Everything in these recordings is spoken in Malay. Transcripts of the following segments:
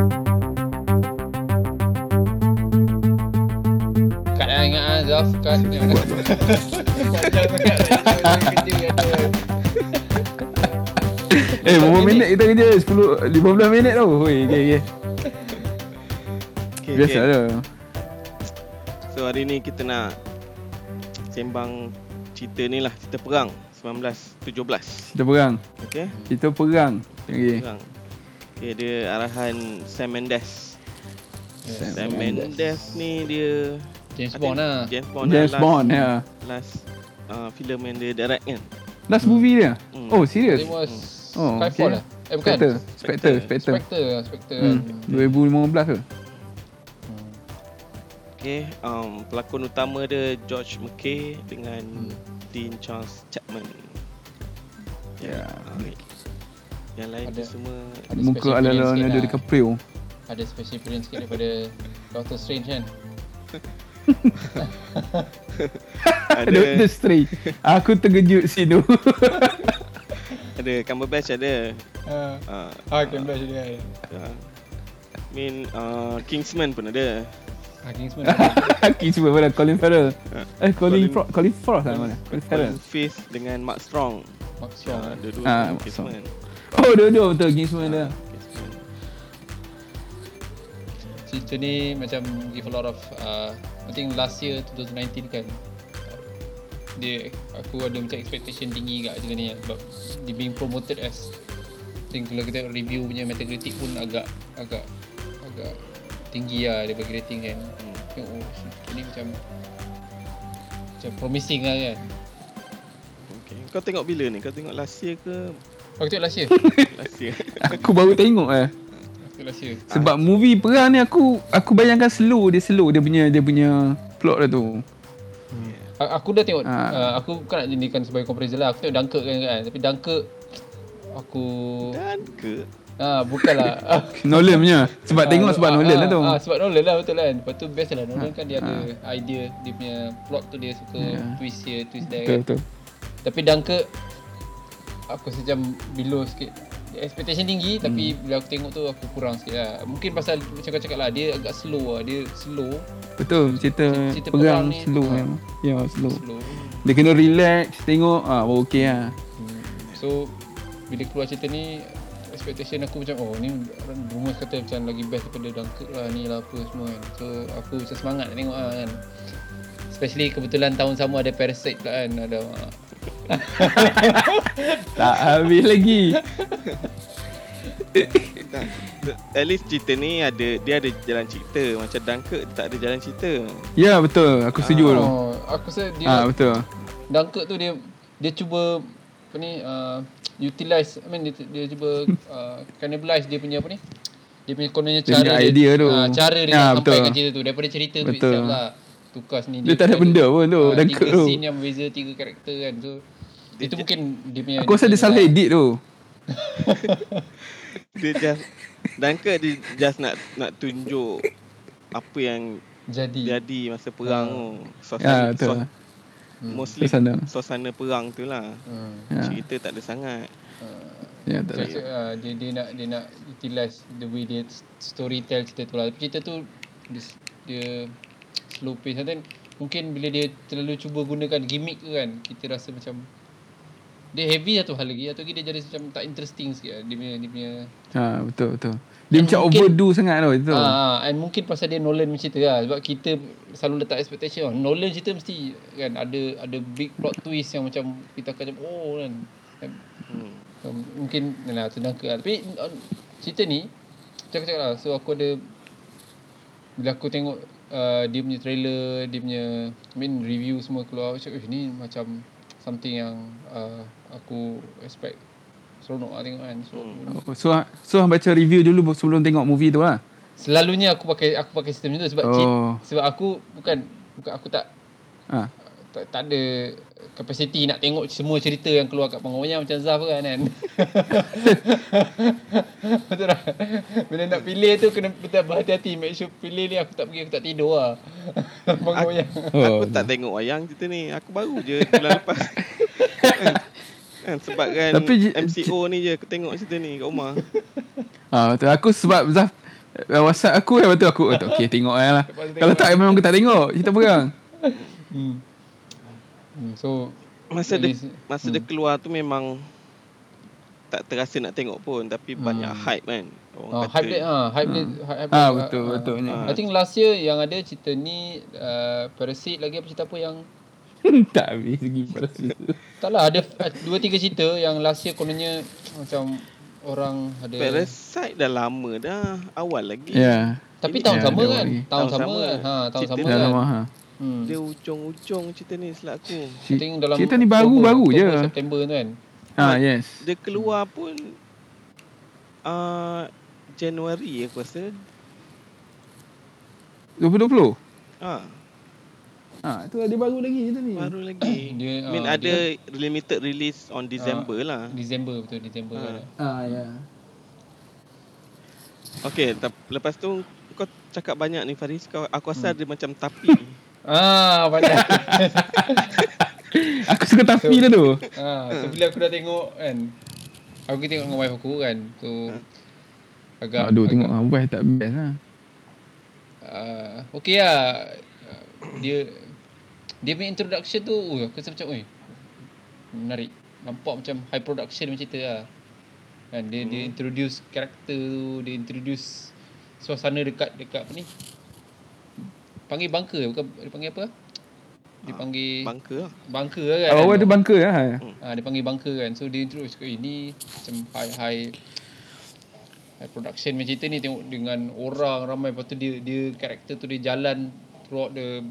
ah, Menjelaskannya Macam sangat Macam kerja ada Eh berapa minit kita kerja? 10 15 minit tau. Oi, okey okey. Okay, okay. Biasalah. So hari ni kita nak sembang cerita ni lah, cerita perang 1917. Kita perang. Okey. Kita perang. Okey. Perang. Okay, dia arahan Sam Mendes. Yes. Sam Mendes ni dia James I think Bond lah James Bond. lah, James last- Bond ya. Last uh, filem yang dia direct kan. Last movie dia. Hmm. Oh, serius? It was Oh, Skyfall okay. lah Eh bukan Spectre. Spectre, Spectre. Spectre lah Spectre Hmm, kan. 2015 ke? Hmm. Okay, um, pelakon utama dia George McKay dengan Hmm. Dean Charles Chapman. Ya. ambil. Yang lain Ada- tu semua Ada special Muka ala appearance sikit Leonardo lah. DiCaprio. Ada special appearance sikit daripada Doctor Strange kan ada Doctor Strange. Aku terkejut situ. ada Cumberbatch ada. Ah, Uh, Ah, Cambridge dia kan uh, mean uh, Kingsman pun ada. Ah, Kingsman Aku cuba pada Colin Farrell. Eh Colin Colin- Fro- Colin Farrell lah mana? Colin Farrell. Colin Firth dengan Mark Strong. Mark Strong Uh, dua-dua Ah, uh, Mark Kingsman. Oh dua-dua betul Kingsman dia. Kingsman. Cerita ni macam give a lot of uh, I think last year 2019 kan dia aku ada macam expectation tinggi kat cerita ni kan sebab dia being promoted as I think kalau kita review punya Metacritic pun agak agak agak tinggi lah dia bagi rating kan Hmm. tengok oh, cerita ni macam macam promising lah kan Okay. Kau tengok bila ni? Kau tengok last year ke? aku tengok last year last year. Aku baru tengok eh. aku tengok last year Sebab movie perang ni aku aku bayangkan slow dia slow dia punya dia punya plot dia tu. Hmm. A- Aku dah tengok Ha. uh, Aku bukan nak jadikan sebagai comparison lah Aku tengok Dunkirk kan, kan Tapi Dunkirk Aku Dan ke? ah Bukanlah ah, Nolan punya. Sebab ah, tengok sebab ah, Nolan ah, lah tu. Ah. ah, Sebab Nolan lah betul kan Lepas tu best lah Nolan kan dia ada idea Dia punya plot tu dia suka Ya. Twist here twist there Betul kan betul. Tapi Dunkirk Aku rasa macam below sikit Expectation tinggi Tapi Hmm. bila aku tengok tu Aku kurang sikit lah Mungkin pasal Macam kau cakap lah Dia agak slow lah Dia slow Betul cerita, Cerita perang perang ni- slow ah. kan. Ya slow. Slow Dia kena relax tengok ah baru okey ah. Hmm. So bila keluar cerita ni expectation aku macam oh ni rumus kata macam lagi best daripada Dunkirk lah ni lah apa semua kan. So aku macam semangat nak tengok lah kan. Especially kebetulan tahun sama ada Parasite pula kan ada Tak habis lagi. Tak. At least cerita ni ada dia ada jalan cerita. Macam Dunkirk dia tak ada jalan cerita. Ya betul aku setuju tu. oh, aku rasa dia Ah betul. Dunkirk tu dia dia cuba apa ni uh, utilize I mean dia, dia cuba uh, cannibalize dia punya apa ni dia punya kononnya Dia cara punya idea tu. ah, cara dia Ya, nak sampaikan betul. cerita tu daripada cerita tu Betul. itself lah tukas ni Dia tak ada punya benda pun tu, ah, Dunkirk tiga tu. scene yang berbeza tiga karakter kan so itu mungkin Ya, dia punya lah. Aku rasa dia salah edit tu. Dia just Dunkirk dia just nak nak tunjuk apa yang jadi jadi masa perang tu. Hmm. Ya Suasana, betul. Hmm. suas- mostly Suasana. suasana perang tu lah. hmm. Ya. Cerita tak ada sangat. Ya So, tak ada. so, uh, dia dia nak dia nak utilize the way dia s- story tell cerita tu lah. Tapi cerita tu dia, s- dia slow pace and then mungkin bila dia terlalu cuba gunakan gimmick tu kan kita rasa macam dia heavy satu hal lagi atau lagi dia jadi macam tak interesting sikit lah. dia punya dia punya Ha betul betul. Dia Dan macam mungkin- overdo sangat tau itu. Ah, ah, and mungkin pasal dia Nolan punya cerita lah sebab kita selalu letak expectation oh, Nolan cerita mesti kan ada ada big plot twist yang macam kita akan macam oh kan Hmm. um, mungkin yalah senang ke lah. tapi uh, cerita ni cakap cakap lah so aku ada bila aku tengok uh, dia punya trailer dia punya I mean review semua keluar aku cakap "Uish, ni macam something yang uh, aku expect seronok lah tengok kan so hmm. Oh, So so hang baca review dulu sebelum tengok movie tu lah. Selalunya aku pakai aku pakai sistem macam tu sebab oh. Oh. sebab aku bukan bukan aku tak Ha. tak, tak ada kapasiti nak tengok semua cerita yang keluar kat pengawasan macam Zaf kan kan. Betul tak? Bila nak pilih tu kena betul berhati-hati make sure pilih ni aku tak pergi aku tak tidur lah. pengawasan. Oh. Aku tak tengok wayang cerita ni. Aku baru je bulan lepas. kan, sebab kan Tapi je- MCO ni je aku tengok cerita ni kat rumah. Ha, betul. Aku sebab Zaf eh, WhatsApp aku eh betul aku betul. Okay tengok eh lah. Lepas tu Kalau tak memang aku tak tengok cerita perang. Hmm. Hmm, So Masa at dia least- masa hmm. dia keluar tu memang tak terasa nak tengok pun tapi Hmm. banyak hype kan. Orang Oh, kata. hype dia, ah, hype dia, hype dia. Ah ah, betul ah. betul ni. I think last year yang ada cerita ni uh, Parasite lagi apa cerita apa yang tak habis lagi pada situ. tak lah ada ah, dua tiga cerita yang last year kononnya macam orang ada Parasite dah lama dah. Awal lagi. Ya. tapi Ini- tahun Ya, sama ada kan lagi. tahun Tahun sama sama. kan ha tahun Cerita sama Dah kan lama ha. hmm. Dia ujung-ujung cerita ni selak aku. I think dalam Cerita ni Oktober- baru-baru je. Oktober, September tu kan Ha yes. Dia keluar pun uh, Januari aku rasa. 2020. Ha, Ha tu ada baru lagi cerita ni. baru lagi. Dia, I mean ah, ada limited release on December lah. Disember betul Disember Ah. kan. Ah ya. Okay, tap, lepas tu kau cakap banyak ni Faris. Kau, aku rasa ada macam tapi. ah banyak Aku suka tapi dah tu. ah so bila aku dah tengok kan aku tengok dengan wife aku kan so agak Aduh agak- tengok abah tak best lah. uh, okay lah uh, dia dia punya introduction tu uh, aku rasa macam oi menarik nampak macam high production macam cerita lah kan dia dia introduce karakter tu dia introduce suasana dekat dekat apa ni panggil bangka bukan dia panggil apa dia panggil Bangka lah. bangka lah kan Awal-awal dia bangka lah. Eh. Ah dia panggil bunker kan. So dia introduce cakap ini macam high high high production macam cerita ni tengok dengan orang ramai lepas tu dia dia karakter tu dia jalan throughout the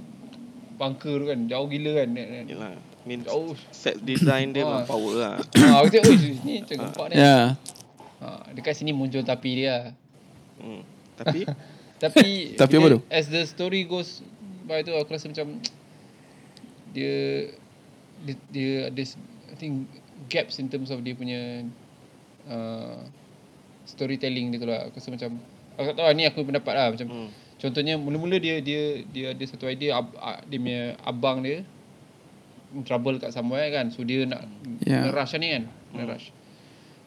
bunker tu kan. Jauh gila kan. Yelah. I mean, Jauh. set design dia Ah. memang power lah. ah aku tengok oi ni macam gempak ni. Eh. Ya. Ah dekat sini muncul tapi dia. lah. Hmm. Tapi Tapi Tapi apa bila- tu? As the story goes by tu aku rasa macam dia dia, dia ada s- I think gaps in terms of dia punya uh, storytelling dia tu lah. Aku rasa macam aku tak tahu lah, ni aku pendapat lah macam hmm. contohnya mula-mula dia dia dia ada satu idea ab, a- dia punya abang dia in trouble kat somewhere kan so dia nak Yeah. yeah. rush ni kan hmm. rush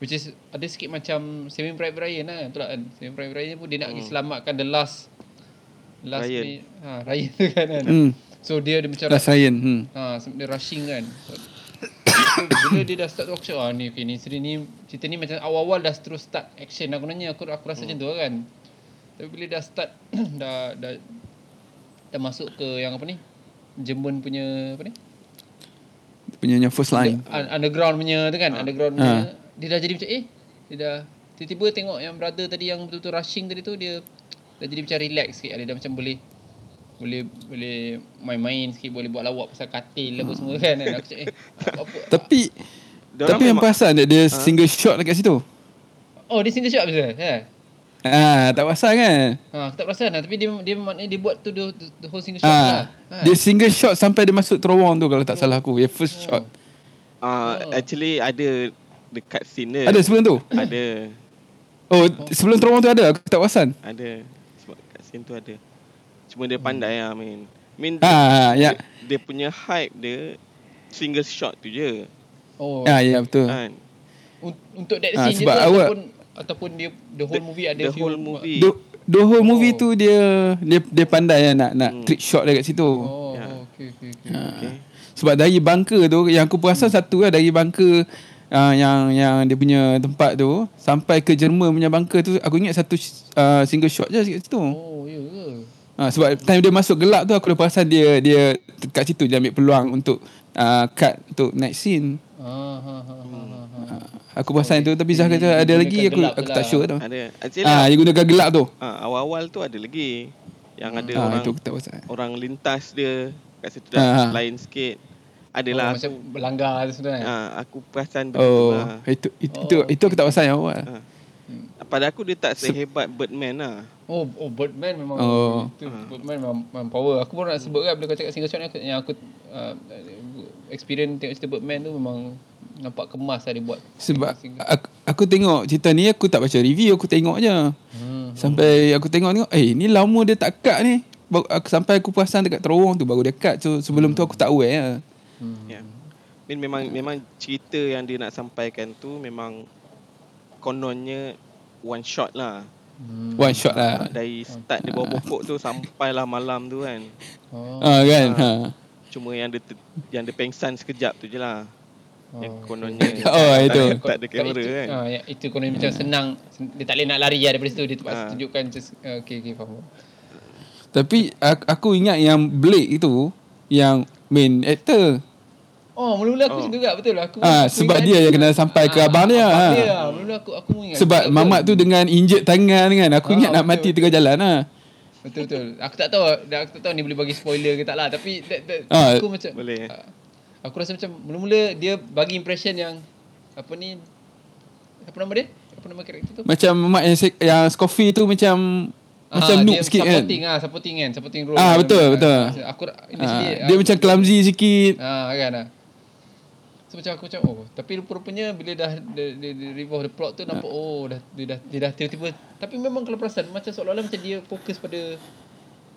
which is ada sikit macam Saving Private Ryan lah betul tak kan Saving Private Ryan pun dia nak hmm. selamatkan the last last Ryan. ni ha Ryan tu kan, kan? Hmm. so dia ada macam Dah sayan. Hmm. ha sem- dia rushing kan So, bila dia dah start tu aku cakap ah ni okay, ni cerita ni cerita ni macam awal-awal dah terus start action aku nanya aku aku rasa macam tu lah kan tapi bila dah start dah dah dah masuk ke yang apa ni Jerman punya apa ni Dia punya yang first line. Un- underground punya tu Ha. kan underground punya dia dah jadi macam eh dia dah tiba-tiba tengok yang brother tadi yang betul-betul rushing tadi tu dia dah jadi macam relax sikit dia dah macam boleh boleh boleh main-main sikit boleh buat lawak pasal katil apa semua Hmm. kan Dan aku cakap eh apa, apa Tapi Diorang tapi yang memang- Ah. perasan dia, dia single shot dekat situ. oh dia single shot betul ha Ah, tak perasan kan? ha aku tak perasan lah tapi dia dia maknanya dia buat tu the, the, the whole single shot lah Ah, dia single shot sampai dia masuk terowong tu kalau tak salah aku. Yang first shot. Ah, Oh. actually ada dekat scene dia. Ada sebelum tu? Ada. Oh, sebelum terowong tu ada. Aku tak perasan. Ada. Sebab kat scene tu ada. Cuma dia pandai lah, I mean. I mean, Ah, ya. dia, dia punya hype dia single shot tu je. oh Ah, ya betul. Kan? Un- untuk that Ah, scene je tu sebab awak- ataupun ataupun dia the whole movie ada The few- whole movie. The, the whole movie Oh. Hmm. tu dia dia dia pandai lah nak nak trick shot dia kat situ. oh Ya. okey okey okey Ha. Okay. Sebab dari bunker tu yang aku perasan Hmm. satu lah dari bunker uh, yang yang dia punya tempat tu sampai ke Jerman punya bunker tu aku ingat satu uh, single shot je kat situ. oh ya ke Ha, sebab time dia masuk gelap tu aku dah perasan dia dia kat situ dia ambil peluang untuk uh, cut untuk next scene. ah ha ha ha ha, ha Ha, aku perasan tu tapi Zah kata ada Oh, Dia lagi aku gunakan gelap aku tu tak lah. sure tu. Ada. Actually, Ah, dia gunakan gelap tu. ah, awal-awal tu ada lagi. Yang ada Ha, orang itu aku tak perasan. orang lintas dia kat situ Ah. dah lain sikit. oh, Adalah macam berlanggar tu sebenarnya lah ah, aku perasan benda tu Oh, lah. itu itu itu, itu aku tak perasan yang Ah. awal. Pada aku dia tak sehebat Birdman lah. Oh, oh Birdman memang Oh. itu Hmm. Birdman memang, memang power. Aku pun nak sebut kan bila kau cakap single shot ni aku, yang aku uh, experience tengok cerita Birdman tu memang nampak kemas lah dia buat. Sebab aku, aku tengok cerita ni aku tak baca review aku tengok je. Hmm. Sampai aku tengok tengok eh ni lama dia tak cut ni. Baru, aku, sampai aku perasan dekat terowong tu baru dia cut. So sebelum tu aku tak aware lah. Hmm. Ya. I mean, memang memang cerita yang dia nak sampaikan tu memang kononnya one shot lah. Hmm. One shot lah. Dari start dia bawa pokok tu sampailah malam tu kan. Oh. Ah kan. Ha. Cuma yang dia ter, yang dia pengsan sekejap tu je lah. Yang kononnya Oh, itu. tak ada kamera itu, kan. Ah, ya, itu konon macam Hmm. senang sen- dia tak boleh nak lari lah daripada situ dia terpaksa Ah. tunjukkan just ah, okey okey faham. Tapi aku, aku ingat yang Blake itu yang main actor. Oh, mula-mula aku Oh. juga betul aku. Ah, aku sebab ingat dia yang kena sampai ke abang dia, abang ah. dia. lah. Mula-mula aku aku ingat. Sebab Betul, mamat tu dengan injek tangan kan. Aku Ah, ingat nak betul, mati betul. tengah jalan lah. Betul betul. Aku tak tahu, dah aku tak tahu ni boleh bagi spoiler ke tak lah tapi that, that, Ah, aku macam boleh. ah, Aku rasa macam mula-mula dia bagi impression yang apa ni apa nama dia? Apa nama karakter tu? Macam mamat yang, sek- yang Scoffy tu macam Ah, macam dia noob sikit kan. Supporting ah, supporting kan, supporting role. Ah, betul, betul. Aku initially Ah, dia macam clumsy sikit. Ah kan ah. So macam aku macam oh tapi rupa-rupanya bila dah dia, dia, dia revolve the plot tu nampak Ya. oh dah dia dah dia dah tiba-tiba tapi memang kalau perasan macam seolah-olah macam dia fokus pada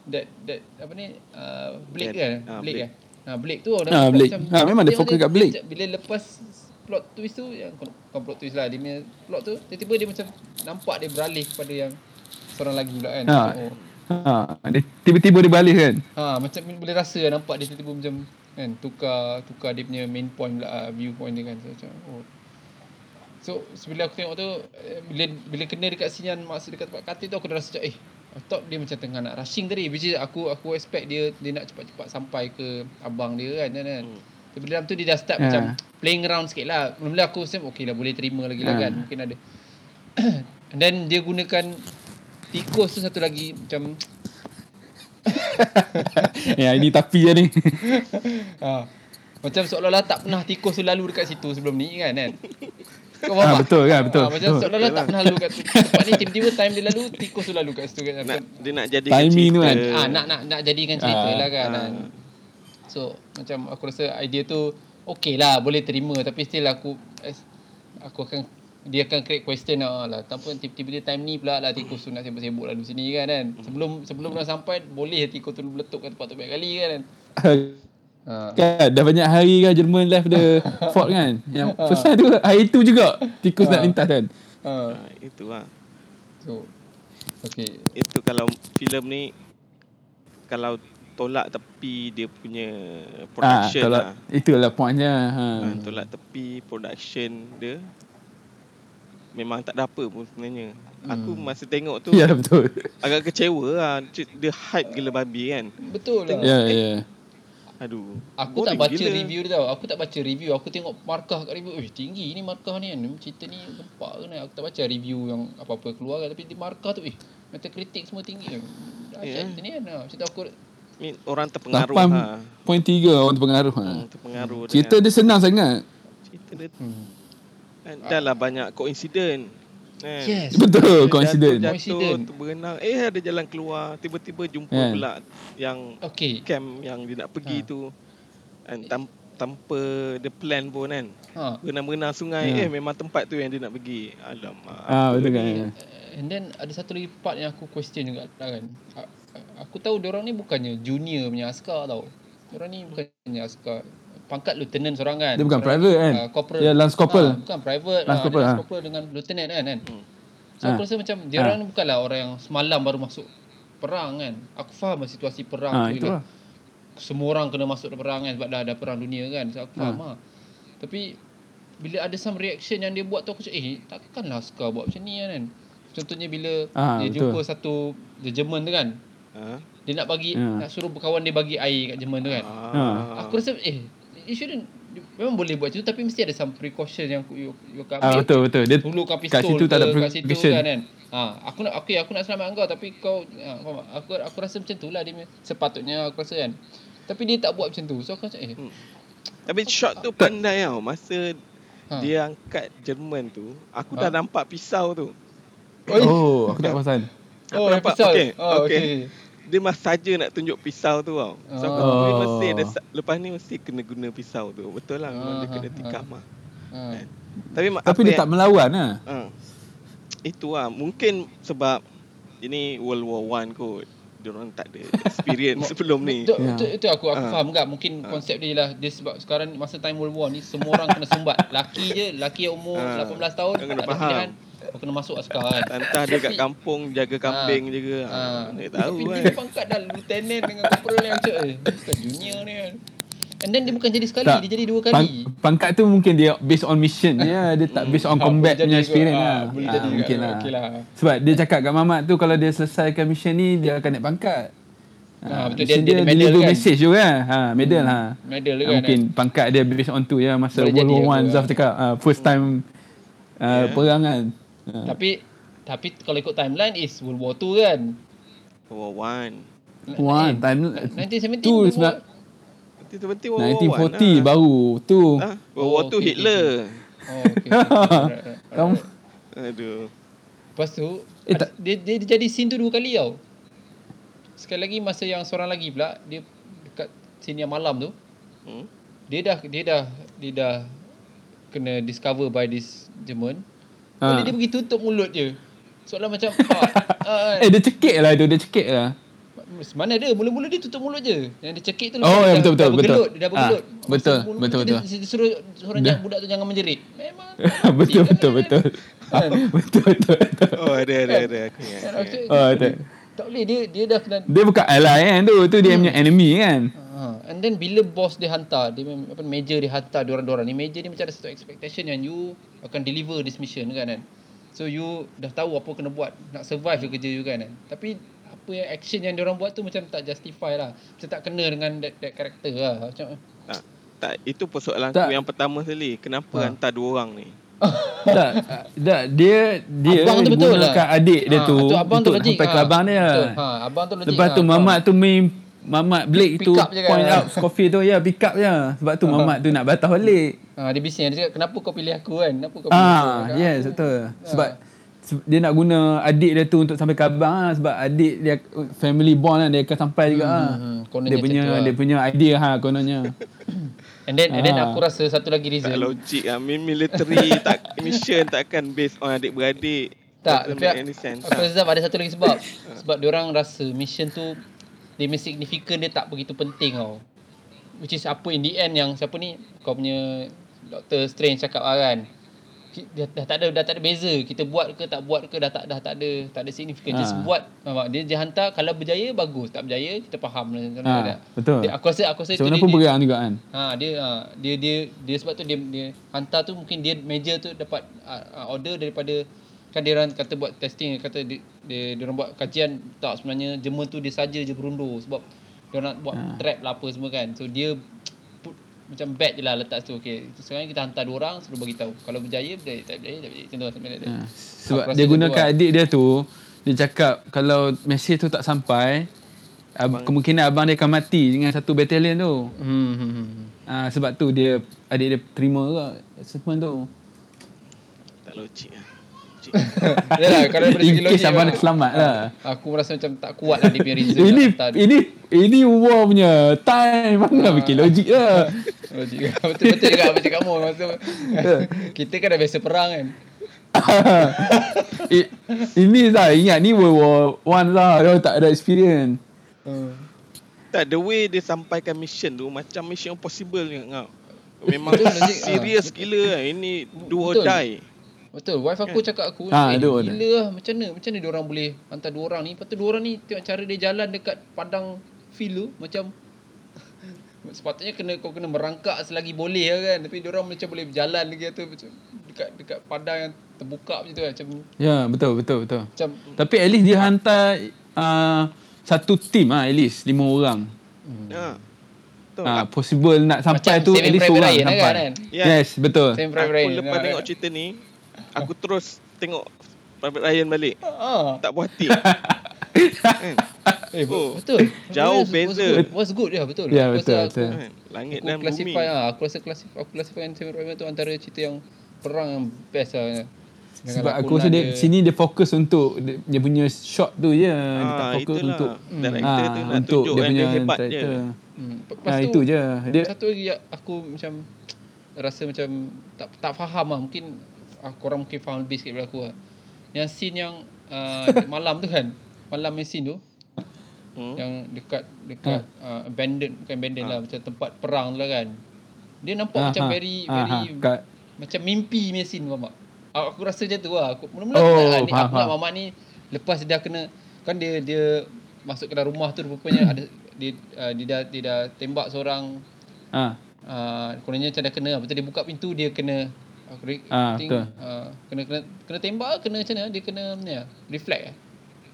that that apa ni uh, Blake kan That- ah, Blake Blake. kan ah Blake tu orang Ah, nampak Blake. Ah, memang dia fokus kat Blake. bila lepas plot twist tu yang bukan plot twist lah dia punya plot tu tiba-tiba dia macam nampak dia beralih kepada yang seorang lagi pula kan Ha. Macam, oh, Ha, dia tiba-tiba dia balik kan. Ha macam boleh rasa lah nampak dia tiba-tiba macam kan tukar tukar dia punya main point pula ah, view point dia kan so, macam oh. So sebelum aku tengok tu eh, bila bila kena dekat sinian maksud dekat tempat katil tu aku dah rasa macam eh I thought dia macam tengah nak rushing tadi which is aku aku expect dia dia nak cepat-cepat sampai ke abang dia kan kan. kan. Tapi dalam tu dia dah start Ha. macam playing around sikit lah. Mula-mula aku sem okey lah boleh terima lagi lah Ha. kan mungkin ada. And then dia gunakan tikus tu satu lagi macam ya, ini tapi lah ni. ha. Macam seolah-olah tak pernah tikus tu lalu dekat situ sebelum ni kan kan. Kau Ah, tak? betul kan, betul, Ah, macam betul. seolah-olah tak pernah lalu kat situ. tempat ni tiba-tiba time dia lalu tikus tu lalu kat situ kan. Nak, dia nak jadi Timing tu kan. ah, nak nak nak jadikan cerita Ah, lah kan. ah. So macam aku rasa idea tu okey lah boleh terima tapi still aku aku akan dia akan create question lah, lah. Tak apa tiba-tiba dia time ni pula lah tikus tu nak sibuk-sibuk lalu sini kan kan. Sebelum sebelum orang sampai boleh tikus tu meletup kat tempat tu banyak kali kan. Ha. kan dah banyak hari kan Jerman left the fort kan. Yang Ah. first time tu hari tu juga tikus nak lintas kan. Ha. Ah, itu lah. So Okay Itu kalau filem ni kalau tolak tepi dia punya Ah, production kalau lah. itulah pointnya. Ha. Ha, tolak tepi production dia memang tak ada apa pun sebenarnya. Aku masa tengok tu Ya betul. agak kecewa lah. C- Dia hype gila babi kan. Betul lah Ya ya. Aduh. Aku tak boring baca gila. review dia tau Aku tak baca review Aku tengok markah kat review Eh tinggi ni markah ni kan Cerita ni gempak ke ni Aku tak baca review yang apa-apa keluar kan Tapi di markah tu Eh Metacritic semua tinggi kan Ya. Asyik yeah. ni kan ah. Macam tu aku Ni orang terpengaruh ha. lah. 8.3 orang terpengaruh. Ha. Oh, Hmm, terpengaruh Cerita dia senang sangat. cerita dia. Dan Dah lah banyak koinsiden. Kan? Yes Betul Jatuh, coincident. Coincident. jatuh berenang. Eh ada jalan keluar. Tiba-tiba jumpa Kan? pula yang Okay camp yang dia nak pergi Ha. tu. Kan, tam, tanpa the plan pun kan. ha. Berenang-berenang sungai. Ya. Eh memang tempat tu yang dia nak pergi. Alamak. Ah betul kan. Eh, And then ada satu lagi part yang aku question juga lah kan A- a- Aku tahu orang ni bukannya junior punya askar tau Orang ni bukannya askar Pangkat lieutenant seorang kan Dia bukan Seorang- private kan. Ah, corporal. Dia lance Ah, corporal. bukan private. Lance ah, corporal, dia ah. lance corporal dengan lieutenant kan kan. Hmm. So aku Ah. rasa macam dia orang ni bukanlah orang yang semalam baru masuk perang kan. Aku faham lah situasi perang Ah tu. ialah itulah. Semua orang kena masuk dalam perang kan sebab dah ada perang dunia kan. So aku Ha. faham lah. Tapi bila ada some reaction yang dia buat tu aku macam eh takkanlah askar buat macam ni kan. Contohnya bila Ah, dia betul. jumpa satu the German tu kan. Ha? Dia nak bagi Ya. nak suruh kawan dia bagi air kat Jerman tu kan. Ha. Ah. Aku rasa eh you shouldn't memang boleh buat macam tu tapi mesti ada some precaution yang you, you akan Ah ambil. betul betul. Dia Dulu kau pistol kat situ tak ada ke, kat situ precaution. kan, kan. Ha, aku nak okay, aku nak selamat kau tapi kau ha, kau faham? aku aku rasa macam tu lah dia punya- sepatutnya aku rasa kan. Tapi dia tak buat macam tu. So aku rasa eh Tapi shot tu pandai tau. Masa Ha. dia angkat Jerman tu, aku Ha. dah nampak pisau tu. Oi. Oh, aku tak perasan. Aku nampak. episode. Okey, Oh, okey. okey. Dia mas saja nak tunjuk pisau tu tau. So aku Oh. oh. mesti ada, sa- lepas ni mesti kena guna pisau tu. Betul lah memang dia Ah, kena ah, tikam lah. Ha. Tapi ma- ha, Tapi apa dia yang- tak melawan lah. ha. Itu lah mungkin sebab ini World War 1 kot. Dia orang tak ada experience sebelum ni. Itu, Ya. itu, itu aku aku Ah. faham tak mungkin konsep dia lah dia sebab sekarang masa time World War ni semua orang kena sumbat. Laki je, laki yang umur Ah. 18 tahun Kau kena tak ada faham. pilihan, kau kena masuk askar kan. Entah dia kat kampung jaga kambing jaga. Ha. Ah, Dia tahu Tapi kan. dia pangkat dah lieutenant dengan corporal yang macam eh bukan junior ni kan. And then dia bukan jadi sekali, Tak. dia jadi dua Pang, kali. pangkat tu mungkin dia based on mission je. Dia tak based on Ah, combat boleh jadi punya juga. experience Ah, lah. boleh Ah, jadi juga. mungkin lah. Okey lah. Sebab dia cakap kat Mamat tu kalau dia selesaikan mission ni dia akan naik pangkat. Ah, Ah, betul. mission Dia- dia ada medal deliver kan? message juga. kan? Ha, medal ha. Medal Ah, kan. mungkin pangkat dia based on tu ya masa Boleh Ya. World jadi War One juga. Zaf cakap ah, first time ah, Yeah. perang kan. Ah. Tapi tapi kalau ikut timeline is World War 2 kan. War One. One Eh, time 1917 tu World sebab- War- Nanti tiba-tiba World War 1940 One. baru tu. Ah, World War Oh, Two okey, Hitler. Oh, okay, okay, okay. Alright, alright, Kamu- alright. Aduh. Lepas tu Eh, tak- dia, dia, dia jadi scene tu dua kali tau. Sekali lagi masa yang seorang lagi pula dia dekat scene yang malam tu Hmm? dia dah dia dah dia dah kena discover by this German. Ah. Boleh dia pergi tutup mulut je. Soalan macam ah, ah, eh, Eh dia cekik lah tu, dia cekik lah. Mana ada mula-mula dia tutup mulut je. Yang dia cekik tu Oh, ya, betul, dah betul, betul. bergelut, dia dah bergelut. Ah, Lepas tu betul, mulut betul, dia- betul. Dia, dia suruh suruh Dah. jangan budak tu jangan menjerit. Memang. betul betul kan? betul. Ah, betul betul betul. Oh, ada, ada, ada. Aku ingat. Kan, aku maksud- ingat. Oh, tak. tak boleh dia dia dah kena Dia bukan ally kan tu, tu dia Hmm. punya enemy kan. Ha, and then bila boss dia hantar, dia mem- apa major dia hantar diorang-diorang ni, major ni macam ada satu expectation yang you akan deliver this mission kan kan. So you dah tahu apa kena buat, nak survive je kerja you kan kan. Tapi apa yang action yang diorang buat tu macam tak justify lah. Macam tak kena dengan that, that character lah. Macam Tak, tak, itu persoalan Tak. aku yang pertama sekali. Kenapa Ha. hantar dua orang ni? tak, tak, dia dia Abang tu betul lah. gunakan adik dia Ah, tu, tu abang tu untuk logik. sampai ke Ah, abang dia. betul. Ha, abang tu logik. Lepas tu Ah, mamat abang. tu main Mamat Blake Pick tu up je kan. point out coffee tu ya pick up je. Sebab tu mamat tu nak batas balik. Ha, dia bising. Dia cakap, kenapa kau pilih aku kan? Kenapa kau pilih aku? Ah, Cakap, yes Ya. betul. Sebab se- dia nak guna adik dia tu untuk sampai ke abang lah. sebab adik dia family bond kan dia akan sampai juga lah. hmm, kononnya Dia macam punya tu lah. dia punya idea ha kononnya. And then, and then Ah. aku rasa satu lagi reason. Tak logik lah. Min military, tak, mission takkan based on adik-beradik. Tak, Doesn't tapi make any sense. lah. Ah. aku rasa Zaf ada satu lagi sebab. sebab diorang rasa mission tu dia punya significant dia tak begitu penting tau. Which is apa in the end yang siapa ni kau punya Dr. Strange cakap lah kan. Ki- Dah, dah tak ada dah tak ada beza kita buat ke tak buat ke dah tak dah tak ada tak ada signifikan ha. just Ah. buat nampak dia dia hantar kalau berjaya bagus tak berjaya kita faham lah macam Ah, mana. betul. dia, aku rasa aku rasa Macam mana dia- pun dia- berang juga kan. Ha dia ha, dia dia dia sebab tu dia dia hantar tu mungkin dia major tu dapat ha, order daripada kan dia orang kata buat testing dia kata dia dia, dia orang buat kajian tak sebenarnya Jerman tu dia saja je berundur sebab dia orang nak buat ha. trap lah apa semua kan. So dia put, macam bet je lah letak tu okey. Sekarang kita hantar dua orang suruh bagi tahu. Kalau berjaya berjaya tak berjaya tak berjaya. Contoh macam Ha, ha. Sebab Aku rasa dia macam tu gunakan lah. adik dia tu dia cakap kalau mesej tu tak sampai ab- kemungkinan abang dia akan mati dengan satu battalion tu. Hmm. hmm, hmm. Ah sebab tu dia adik dia terima juga assessment tu. Tak logik lah. Logik. Yalah kalau dari segi In logik. case abang dia memang- selamat lah. Aku rasa macam tak kuat lah dia punya reason. ini nak hantar dia. ini ini war punya time mana Ah. fikir logik lah. Logik kau. betul betul juga apa cakap Mon masa Ya. kita kan dah biasa perang kan. I- ini lah ingat ni World War One lah dia orang tak ada experience. Hmm. Tak, the way dia sampaikan mission tu macam mission impossible ni kau. Memang Betul, logik. serious gila lah. Ini do or Betul. die. Betul, wife aku Kan? cakap aku Ah, eh, aduh, gila lah macam mana macam mana dia orang boleh hantar dua orang ni. Lepas tu dua orang ni tengok cara dia jalan dekat padang field tu macam sepatutnya kena kau kena merangkak selagi boleh lah kan tapi dia orang macam boleh berjalan lagi tu macam dekat dekat padang yang terbuka macam tu kan macam Ya betul betul betul. macam Tapi at least dia hantar uh, satu team ah at least lima orang. Ha. Betul. Ah possible nak sampai Macam tu at Saving Private least seorang Ryan lah sampai. kan, kan? Ya. Yes betul. same Ah, Aku private Ryan. lepas tengok cerita ni, aku terus tengok Private Ryan balik. ah. Tak puas hati. Kan? Eh, oh, Oh, betul. jauh Was- was beza. good. Was good ya, betul. Ya, Aku betul, rasa betul. Aku, Kan? Langit aku dan bumi. classify ah, aku rasa klasif aku classify Anthony Robinson tu antara cerita yang perang yang best lah. Dengan Sebab aku lakonan rasa dia, sini dia fokus untuk dia, dia punya shot tu je. dia tak Ah, fokus itulah. untuk Ah, Director tu nak untuk tunjuk dia kan punya dia hebat je. director. Hmm, pe- lepas Ah, tu, itu je. Dia Satu lagi yang aku macam rasa macam tak tak faham lah. Mungkin aku orang mungkin faham lebih sikit daripada aku lah. Yang scene yang uh, malam tu kan. Malam yang scene tu. Hmm. Yang dekat dekat uh, Hmm. abandoned bukan abandoned lah macam tempat perang tu lah kan. Dia nampak Ah, macam ah. very Ah, very ah, kat- macam mimpi punya scene faham tak? Aku, aku rasa macam tu lah. Aku mula-mula Oh, aku tak lah. Ni, faham, aku nak faham. mamak ni lepas dia dah kena kan dia ah, dia masuk ke dalam rumah tu rupanya ada dia uh, dia dah dia dah tembak seorang Ha. uh, kononnya macam dah kena lepas tu dia buka pintu dia kena aku re- Ah, think, betul. uh, kena kena kena tembak ke, kena macam mana dia kena ni ah reflect ah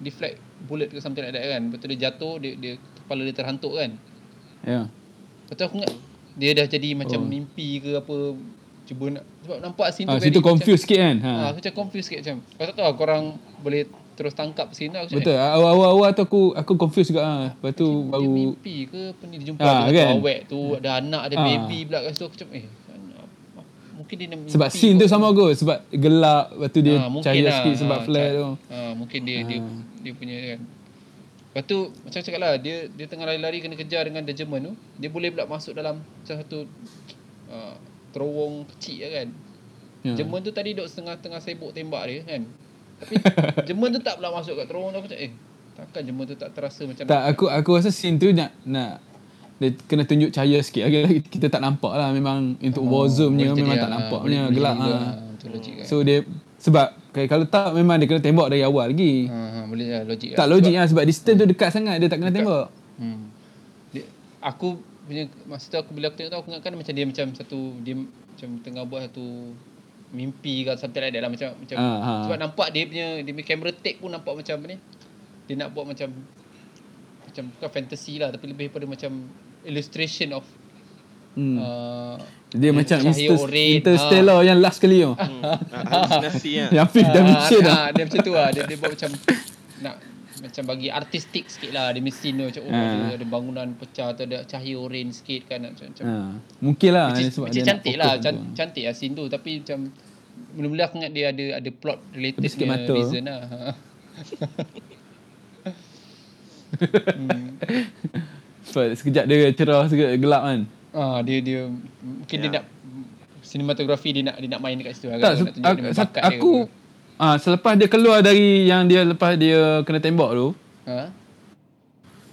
deflect bullet ke something like that kan lepas tu dia jatuh dia, dia kepala dia terhantuk kan Ya. lepas tu aku ingat dia dah jadi macam mimpi ke apa cuba nak sebab nampak scene tu Oh. Ah, very situ confused sikit kan. Ha. macam, ah, aku macam confused sikit macam aku tak tahu lah korang boleh terus tangkap scene tu aku Betul. ah, Awal-awal tu aku aku confused juga ah. Lepas tu macam, dia baru mimpi ke apa ni dia jumpa Ah, ha, ada kan? kan? awet tu ada anak ada Ah. baby pula kat situ aku macam eh apa- mungkin dia nak sebab mimpi scene tu kot. sama aku sebab gelap lepas tu dia Ah, mungkin cahaya lah. sikit sebab Ah, flare ca- tu. ah, mungkin dia dia dia punya kan. Lepas tu macam cakap lah dia dia tengah lari-lari kena kejar dengan the German tu. Dia boleh pula masuk dalam macam satu uh, terowong kecil lah kan. Ya. Jerman tu tadi duk tengah-tengah sibuk tembak dia kan. Tapi Jerman tu tak pula masuk kat terowong tu aku cakap eh takkan Jerman tu tak terasa macam Tak aku aku rasa scene tu nak nak dia kena tunjuk cahaya sikit. Lagi lagi kita tak nampak lah memang untuk Oh, war zone punya memang lah. tak nampak punya gelap ah. Itu logik kan. So dia sebab kalau- kalau tak memang dia kena tembak dari awal lagi. Ha, ha, boleh lah logik lah. Tak logik lah sebab distance tu dekat sangat dia tak kena tembak. Hmm. Dia, aku punya masa tu aku bila aku tengok tu aku ingatkan macam dia macam satu dia macam tengah buat satu mimpi ke something like that lah macam macam Ah, ah. sebab nampak dia punya dia punya camera take pun nampak macam apa ni dia nak buat macam macam bukan fantasy lah tapi lebih pada macam illustration of Hmm. uh, Dia macam cahaya ah. Inter- oren, Interstellar yang last kali tu. Hmm. Ah, Halusinasi lah. Yang fifth dimension ah, lah. ah, dia macam tu lah dia, dia buat macam nak macam bagi artistik sikit lah dia mesin tu macam oh Ah. ada, ada bangunan pecah atau ada cahaya orange sikit kan macam, macam Ha. Mungkin lah Which is, sebab which dia is nak cantik fokus lah tu. can, Cantik lah scene tu Tapi macam Mula-mula aku ingat dia ada Ada plot related Tapi sikit punya mata. reason lah Ha. hmm. Sebab sekejap dia cerah sekejap gelap kan. ah, Dia dia Mungkin dia nak Sinematografi dia nak Dia nak main dekat situ lah Ya. tak, kan? Nak se- tunjuk dia aku, punya sa- bakat dia aku ke apa. ah selepas dia keluar dari yang dia lepas dia kena tembak tu, ha?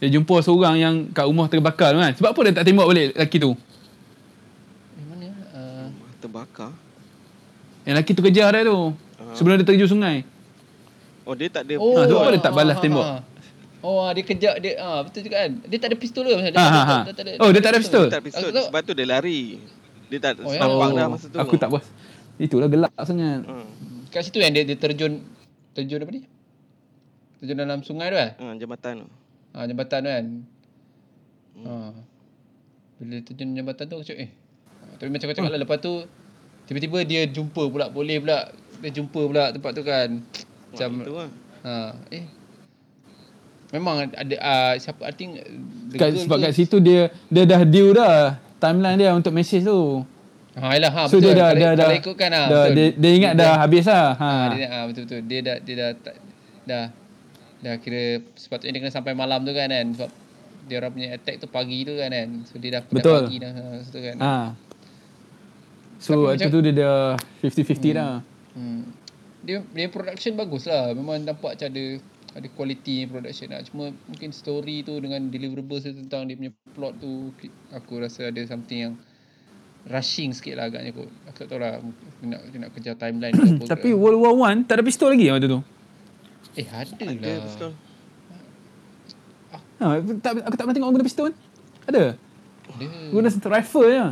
dia jumpa seorang yang kat rumah terbakar tu kan. Sebab apa dia tak tembak balik lelaki tu? Yang mana uh, Terbakar. Yang lelaki tu kejar dia tu. Ah. Sebelum dia terjun sungai. Oh dia tak ada Ah, sebab apa dia tak ah, balas ah, tembak? ah. Oh ah, dia kejar dia ah betul juga kan. Dia tak ada pistol ke macam Ha, ha, ha. Oh, dia tak ada pistol. Dia tak pistol Aku tak- sebab tu dia lari. Dia tak Oh, oh, ya. nampak Oh, dah masa tu. Aku tak puas. Itulah gelap sangat. Hmm. Kat situ yang dia, dia terjun terjun apa ni? Terjun dalam sungai tu kan? Ha, jambatan tu. Ha, jambatan tu kan. Hmm. Ha. Bila terjun jambatan tu aku cakap eh. Ah, Tapi macam aku cakap lah lepas tu tiba-tiba dia jumpa pula boleh pula dia jumpa pula tempat tu kan. Macam Itu lah. ha eh Memang ada uh, siapa I think the Kat, girl sebab tu- kat situ dia dia dah due dah timeline dia untuk message tu. Ha yalah ha so betul. dia dah kalau, dah dah, kalau ikutkan ah. dah betul. dia, dia ingat dah habis lah. Ha. Ah, dia, ah, betul betul. Dia dah dia dah tak, dah dah kira sepatutnya dia kena sampai malam tu kan kan sebab dia orang punya attack tu pagi tu kan kan. So dia dah penat Betul. pagi dah ha, situ kan. Ha. So Tapi waktu macam- tu dia dah 50-50 dah. Hmm. Dia dia production bagus lah. Memang nampak macam ada ada quality production lah. Cuma mungkin story tu dengan deliverables tu tentang dia punya plot tu ki- aku rasa ada something yang rushing sikit lah agaknya kot. Aku tak tahu lah dia nak, dia nak kejar timeline ke apa ke. Tapi World War 1 tak ada pistol lagi waktu tu. eh ada Ada lah. pistol. Ha, tak, aku tak pernah tengok orang guna pistol kan. Ada. Ada. Guna rifle je.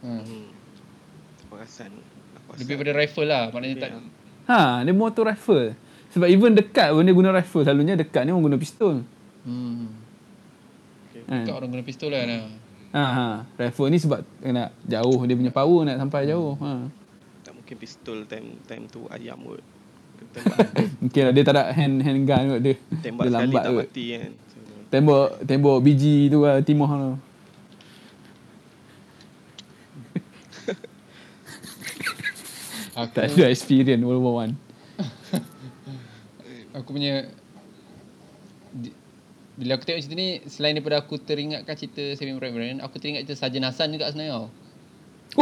Hmm. Aku perasan. Aku Lebih perasan. pada rifle lah Maknanya tak Ha, dia motor rifle. Sebab even dekat pun dia guna rifle. Selalunya dekat ni orang guna pistol. hmm. Ha. Kau orang guna pistol lah nah. Ha, ha. Rifle ni sebab nak jauh dia punya power nak sampai jauh. Ha. Tak mungkin pistol time time tu ayam kot. Dia Tembak, Mungkin lah dia tak ada hand hand gun kot dia. tembak dia sekali lambat tak kot. mati kan. So, Tembok tembok biji tu lah timah tu. Aku Tak ada experience World War 1. Aku punya di- Bila aku tengok cerita ni Selain daripada aku teringatkan cerita Saving Private Ryan Aku teringat cerita Sarjan Hassan juga sebenarnya tau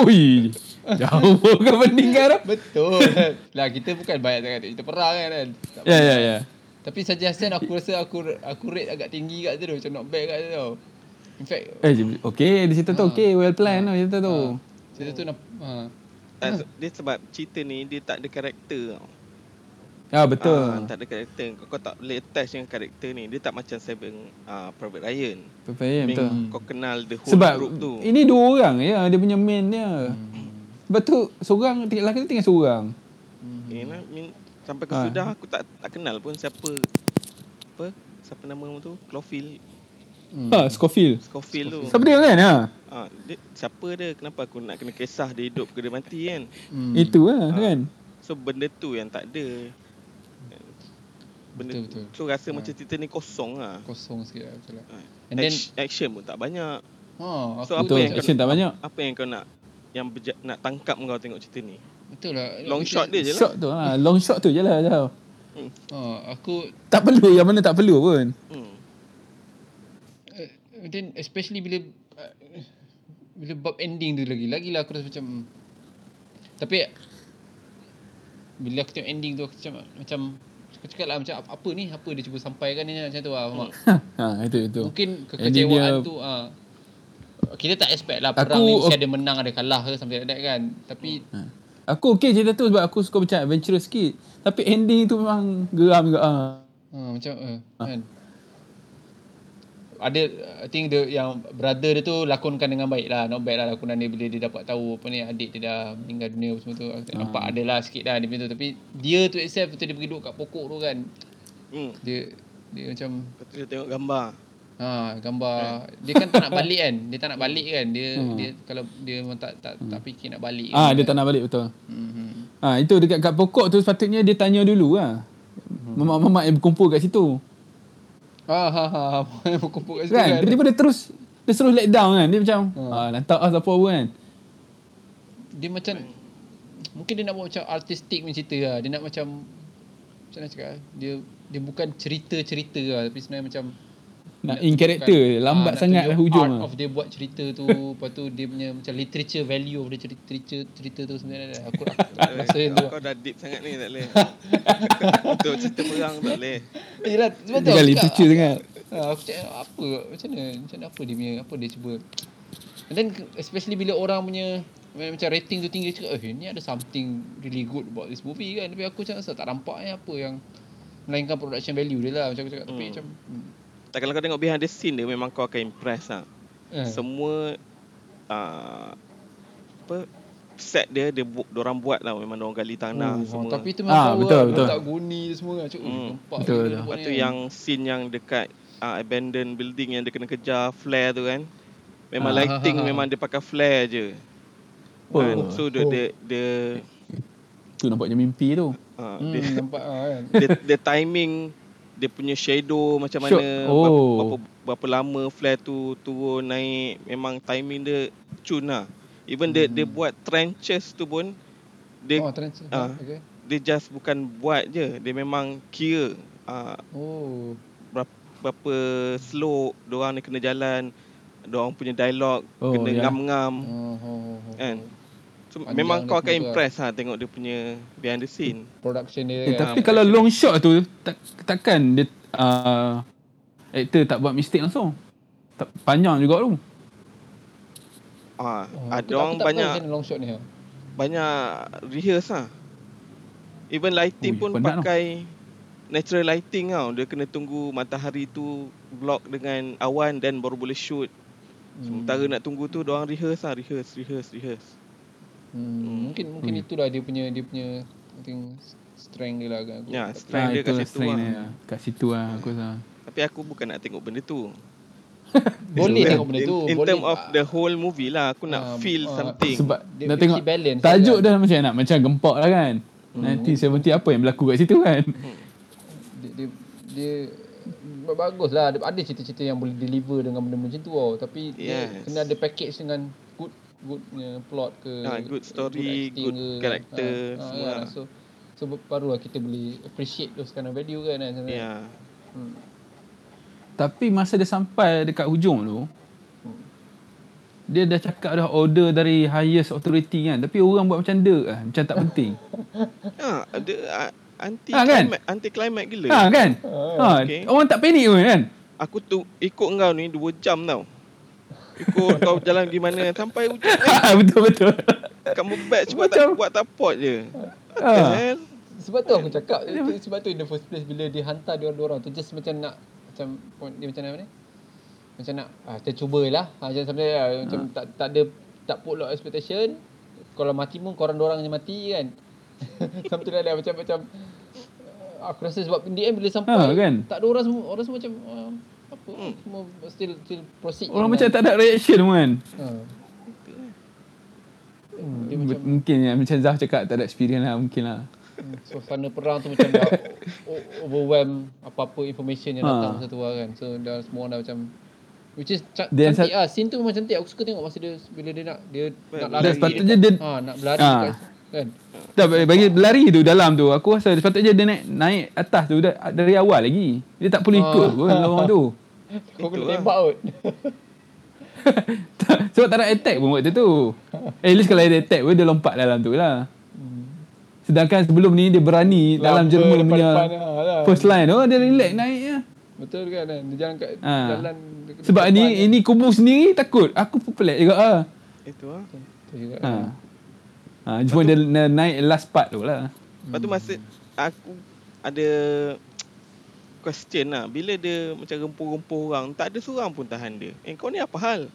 Ui, jauh pun kau bandingkan tu. Betul Lah kita bukan banyak sangat tengok cerita perang kan, kan? Tak Ya, ya, ya. Tapi Sarjan Hassan aku rasa aku aku rate agak tinggi kat tu tau. Macam not bad kat tu tau In fact Eh, dia- okey, di situ tu Ah. okey, well plan tu, di situ tu. Hmm. ah, Cerita tu nak ha. tak, dia sebab cerita ni dia tak ada karakter tau. Ya betul. Ah, tak ada karakter. Kau, kau tak boleh attach dengan karakter ni. Dia tak macam Seven ah, Private Ryan. Perfect, Mean Ya, betul. Kau kenal the whole Sebab group tu. Hmm. ini dua orang ya dia punya main dia. Hmm. Sebab tu seorang tinggal lelaki tu tinggal seorang. Hmm. You know, mean, Ya, sampai ke Ah. sudah aku tak tak kenal pun siapa apa siapa nama tu Clofield Hmm. Ha Scofield. Scofield tu Siapa dia kan? Ha. ah, dia, siapa dia kenapa aku nak kena kisah dia hidup ke dia mati kan Hmm. Itu lah Ah. kan. so benda tu yang tak ada benda Betul, betul, betul. tu so rasa Ah. macam cerita ni kosong lah Kosong sikit lah, betul lah. Ah. And then Action, action pun tak banyak ha, aku So, apa Betul yang kau- action tak banyak. apa yang kau nak yang berja- nak tangkap kau tengok cerita ni betul lah. long shot dia je lah Shot tu ha long shot tu je lah tau. Ha, aku Tak perlu yang mana tak perlu pun. hmm. Uh, then especially bila uh, bila bab ending tu lagi lagilah aku rasa macam tapi bila aku tengok ending tu aku macam macam aku cakap lah macam apa, apa ni apa dia cuba sampaikan ni macam tu lah hmm. Ha itu itu. mungkin Ending kekecewaan dia- tu uh, kita tak expect lah perang Aku- ni mesti ada menang ada kalah ke something like that kan tapi Ha. Aku okey cerita tu sebab aku suka macam adventurous sikit. Tapi ending tu memang geram juga. Ha. uh, macam uh, Ah. kan ada I think the yang brother dia tu lakonkan dengan baik lah not bad lah lakonan dia bila dia dapat tahu apa ni adik dia dah meninggal dunia apa semua tu Ah. aku tak nampak ada lah sikit lah dia punya tu tapi dia tu itself tu dia pergi duduk kat pokok tu kan hmm. dia dia macam Kau tu dia tengok gambar ha gambar dia kan tak nak balik kan dia tak nak balik kan dia dia kalau dia memang tak tak tak fikir nak balik Hmm. kan. Ah dia tak nak balik betul. hmm. Ha itu dekat kat pokok tu sepatutnya dia tanya dulu lah. Mamak-mamak yang berkumpul kat situ. ah ha ha ha pokok kat situ Kan? kan Tiba-tiba dia terus dia terus let down kan. Dia macam ah lantak ah siapa pun kan. dia macam mungkin dia nak buat macam artistik punya cerita lah. Dia nak macam macam mana cakap ah? dia dia bukan cerita-cerita lah tapi sebenarnya macam Nak in character ah, lambat nak sangat tunjuk lah hujung art lah. of dia buat cerita tu lepas tu dia punya macam literature value of dia cerita cerita, cerita tu sebenarnya aku, aku, aku rasa yang tu Eh, lah. Kau dah deep sangat ni tak boleh Untuk cerita perang tak boleh Yelah, Eh, sebab tu Bukan aku literature cakap- sangat. Ah, aku cakap apa macam mana macam mana apa dia punya apa dia cuba and then especially bila orang punya macam rating tu tinggi cakap eh ni ada something really good about this movie kan tapi aku macam rasa tak nampak eh apa yang melainkan production value dia lah macam aku cakap tapi Hmm. macam hmm, Tak kalau kau tengok behind the scene dia memang kau akan impress lah eh, Semua ah, Apa Set dia, dia, bu- orang buat lah Memang orang gali tanah oh, semua tapi tu Ah, memang power betul, dia betul. tak guni dia semua kan cakap Hmm. hmm. nampak Betul, gila betul. dia buat Lepas ni tu kan. yang scene yang dekat ah, Abandoned building yang dia kena kejar Flare tu kan Memang Ah. ha, lighting memang dia pakai flare je Oh. kan? So Oh. dia, dia, dia, Tu nampaknya mimpi tu. ah, hmm, dia nampak ah, kan dia, dia timing dia punya shadow macam mana Shot. Oh. berapa, berapa berapa lama flare tu turun naik memang timing dia cun lah even dia Hmm. dia buat trenches tu pun dia oh trans ah. okay. dia just bukan buat je dia memang kira uh, oh berapa, berapa slow diorang ni kena jalan diorang punya dialog Oh, kena ya. ngam-ngam oh, oh, oh, oh. kan so, Panjang memang dia kau akan punya tu lah. impress ha tengok dia punya behind the scene production dia Eh, kan tapi kalau long shot tu tak, takkan dia ah, actor tak buat mistake langsung. Tak, panjang juga tu. ah Oh, aku ha, tak- diorang aku tak tahu banyak macam mana long shot ni ah. banyak rehearse lah. Even lighting Ui, pun penat pakai natural lighting tau. Dia kena tunggu matahari tu block dengan awan dan baru boleh shoot. Sementara nak tunggu tu doang rehearse lah, rehearse, rehearse, rehearse. Hmm, mungkin mungkin itulah dia punya dia punya I think strength dia lah agak aku. Ya, strength Ah, dia kat itulah situ strength lah. dia. Kat situ lah aku rasa. Tapi aku bukan nak tengok benda tu. Boleh In- tengok benda tu. In, in boleh term of the whole movie lah, aku nak Ah, feel ah, something. Sebab Dia nak mesti tengok balance tajuk kan? dah macam nak macam gempak lah kan. Hmm. Nanti 70 apa yang berlaku kat situ kan. dia, dia, dia ba- bagus lah ada, ada cerita-cerita yang boleh deliver dengan benda macam tu tau tapi dia Yes. kena ada package dengan good good punya plot ke Ah, good story, acting good character, Ah, ah, semua kan. lah. so so barulah kita boleh appreciate those kind of value kan kan Ya. hmm. Tapi masa dia sampai dekat hujung tu Hmm. dia dah cakap dah order dari highest authority kan tapi orang buat macam dek lah macam tak penting Ha, ada ah, anti Ah, kan? climax, anti climax gila. ha kan ha okay. orang tak panik pun kan Aku tu ikut kau ni 2 jam tau. Ikut kau jalan pergi mana sampai hujung Ha, betul betul Kamu batch buat Macam- tak buat tak pot je. Kan? ha. Hell. Sebab tu aku cakap itu, Sebab tu in the first place Bila dia hantar dia orang tu Just macam nak Macam Dia macam mana ni Macam nak ah, Kita cubalah ah, Macam sampai ah, Macam tak, tak ada Tak put lot expectation Kalau mati pun Korang orang je mati kan Something like that Macam Macam ah, Aku rasa sebab In the end bila sampai Ha, kan? Tak ada orang semua Orang semua macam ah, Apa Semua still, still proceed kan? Orang macam tak ada reaction pun kan. Ah. Hmm, dia M- macam Mungkin yang macam Zah cakap tak ada experience lah mungkin lah. Hmm, suasana perang tu macam dah o- overwhelm apa-apa information yang Ha. datang ha. satu lah kan. So dah semua orang dah macam which is ca- Dia cantik sat- ah. Scene tu memang cantik. Aku suka tengok masa dia bila dia nak dia nak lari. Dan sepatutnya dia- ha, nak berlari Ha. ha. kan. Tak bagi- bagi lari tu dalam tu aku rasa sepatutnya dia naik naik atas tu da- dari awal lagi. Dia tak boleh Ah. ikut pun lorong tu. Kau kena Itulah. tembak kot. Tak- Sebab tak nak attack pun waktu tu. Eh, at least kalau dia attack pun dia lompat dalam tu lah. Sedangkan sebelum ni dia berani dalam Lapa Jerman punya depan-depan lah, lah. first line. Oh dia relax naik ya. Betul kan? kan? Dia jalan kat Ha. jalan dekat Sebab depan ni kan. ini kubu sendiri takut. Aku pun pelik juga ah. Itu ah. Tu kan. juga. Ha. Ha, cuma dia na- naik last part tu lah. Lepas tu masa aku ada question lah. Bila dia macam rempuh-rempuh orang, tak ada seorang pun tahan dia. Eh kau ni apa hal?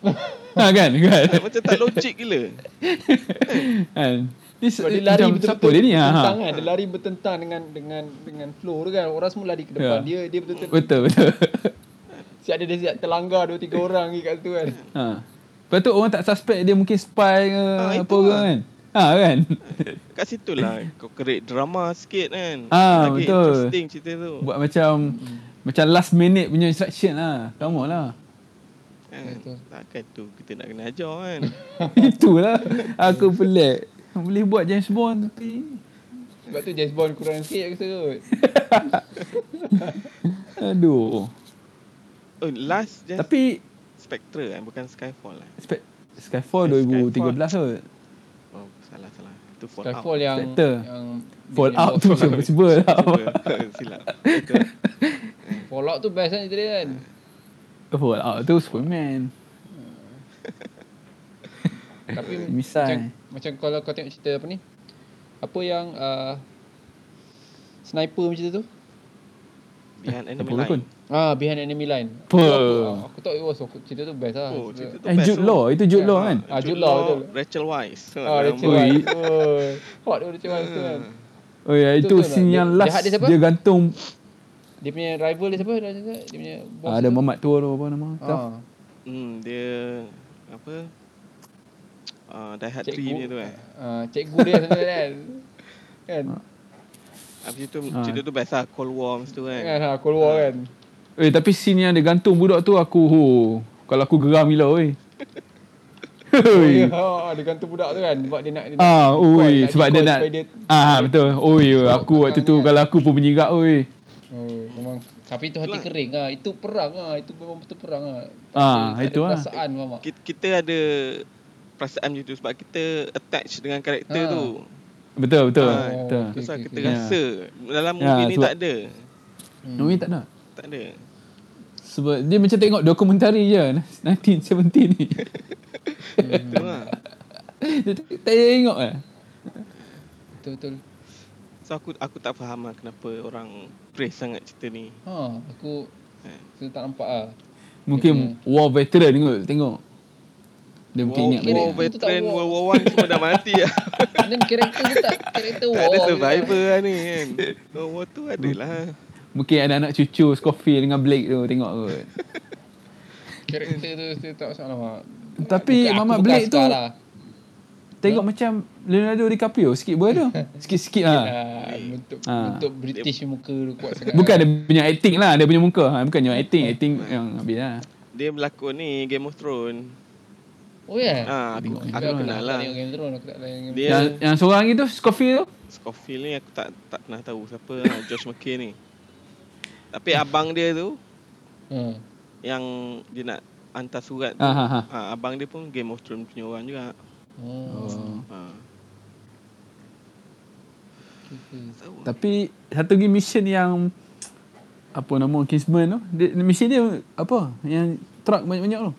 Ha kan? Kan? macam tak logik gila. kan? Ni se- Sebab dia lari macam siapa betul-betul dia ni? Ha, ha. bertentang kan. Dia lari bertentang dengan dengan dengan flow tu kan. Orang semua lari ke depan. Ya. Dia dia betul-betul Betul, betul. siap dia, dia siap terlanggar dua tiga orang lagi kat situ kan. Ha. Lepas tu orang tak suspect dia mungkin spy ke Ah, ha, apa itu ke lah. kan. Ha kan? Kat situ lah kau create drama sikit kan. Ah, Lagi betul. interesting cerita tu. Buat macam macam last minute punya instruction lah. Come on lah. Kan? Betul. Takkan tu kita nak kena ajar kan. Itulah aku pelik. Boleh buat James Bond tapi Sebab tu James Bond kurang sikit aku rasa kot. aduh. Oh, last just Tapi... Tapi Spectre kan bukan Skyfall kan. Spe- Skyfall Eh, 2013 Skyfall. kot. Oh, salah salah. Itu Fallout. Skyfall yang Spectre. yang Fallout tu macam cuba lah. Cuba, silap. Betul. Fallout tu best kan cerita dia kan. Fallout tu Superman. Tapi macam, Misai. macam kalau kau tengok cerita apa ni? Apa yang uh, sniper macam tu? Behind enemy Apa line. pun. Ah, behind enemy line. Apa? Aku, aku, aku tak it was aku, cerita tu best lah. Oh, cerita tu Eh best Jude tu. Law, itu Jude Law kan? Ah, Jude Law, betul. Rachel Weisz. Ah, Rachel Ui. White. Oh, hot tu Rachel White tu kan. Hmm. Oh ya, Betul itu tak? scene yang Jahat last dia siapa? dia gantung Dia punya rival dia siapa? Dia dia punya boss. Ah, ada tu. mamat tua tu apa nama? Ah, Hmm, dia apa? Ah, Die Hard 3 cikgu. punya tu kan. Ah, cikgu dia sebenarnya kan. Kan? Habis tu Ah. cerita tu best lah Cold War mesti tu Kan kan. ha, Cold War kan. Eh tapi scene yang dia gantung budak tu aku ho, kalau aku geram gila weh. Oh, ya, Hoi. ha, dia gantung budak tu kan sebab dia nak dia nak Ah, record, oi sebab dia record nak supaya dia- Ah betul. Oi aku waktu tu kalau aku pun menyigak oi. Oh, memang tapi itu hati kering ah. Itu perang ah. Itu memang betul perang ah. Tak ada- Ah, tak itu ada ah. Perasaan mamak. Kita, kita ada perasaan macam tu sebab kita attach dengan karakter Ah. tu. Betul betul. Ah, betul. okay. Tu sebab kita okay. rasa dalam Ya, movie ni sebab- Hmm. tak ada. Hmm. Numi tak nak. Tak ada. Sebab dia macam tengok dokumentari je 1970 ni. Hmm, Itu lah. dia tak- tak payah tengok lah. Betul betul. So aku aku tak faham lah kenapa orang praise sangat cerita ni. Ha, aku aku tak nampak ah. Mungkin war veteran kot tengok. Dia mungkin War, ingat balik. war lah. Itu tak veteran war. World War One semua dah mati lah. Dan karakter dia tak karakter war. tak ada dia survivor lah ni kan. World War tu ada lah. Mungkin ada anak cucu Scofield dengan Blake tu tengok kot. Karakter tu dia tak masuk nama. Tapi Mamat Blake tu Lah. tengok macam Leonardo DiCaprio sikit berada. Sikit-sikit lah. Ah, bentuk Ah. bentuk British punya muka tu kuat sangat. Bukan dia punya acting lah Dia punya muka ha, Bukan yang acting Acting yang habis lah Dia berlakon ni Game of Thrones. Oh ya. Ah, aku, Tengok Game of aku Aku kenal tak lah. tengok Game of Thrones, aku tak tengok Game Dia yeah. Yang yang seorang lagi tu Scofield tu Scofield ni aku tak tak pernah tahu siapa lah Josh McKay ni. Tapi abang dia tu of yang dia nak hantar surat tu. ha, ha, ha. Ha, abang dia pun Game of Thrones punya orang juga. Thrones. Ha. Oh. Ha. okay. Tahu. Tapi Satu lagi mission yang Apa nama Kingsman tu dia, Mission dia Apa Yang truck banyak-banyak tu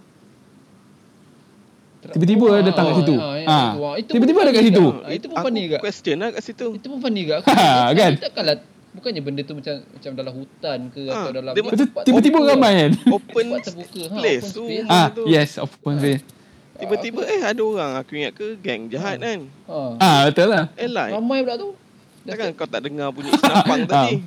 Ah, Tiba-tiba datang kat situ. ah, ya, Ha. itu, ah. Itu Tiba-tiba pun ada kat funny situ. juga. Itu pun funny Aku juga. question lah kat situ. Itu pun funny juga. Aku, Ha, aku kan? Takkanlah bukannya benda tu macam macam dalam hutan ke Ah, atau dalam dia ni, ma- Lepas tu tempat tiba-tiba terbuka. ramai kan. Open Tempat terbuka, ha, place open tu. space. Ah, tu. yes, open space. Tiba-tiba eh ada orang aku ingat ke geng jahat kan. Ha. Ah, betul lah. Eh lain. Ramai pula tu. Takkan kau tak dengar bunyi senapang tadi.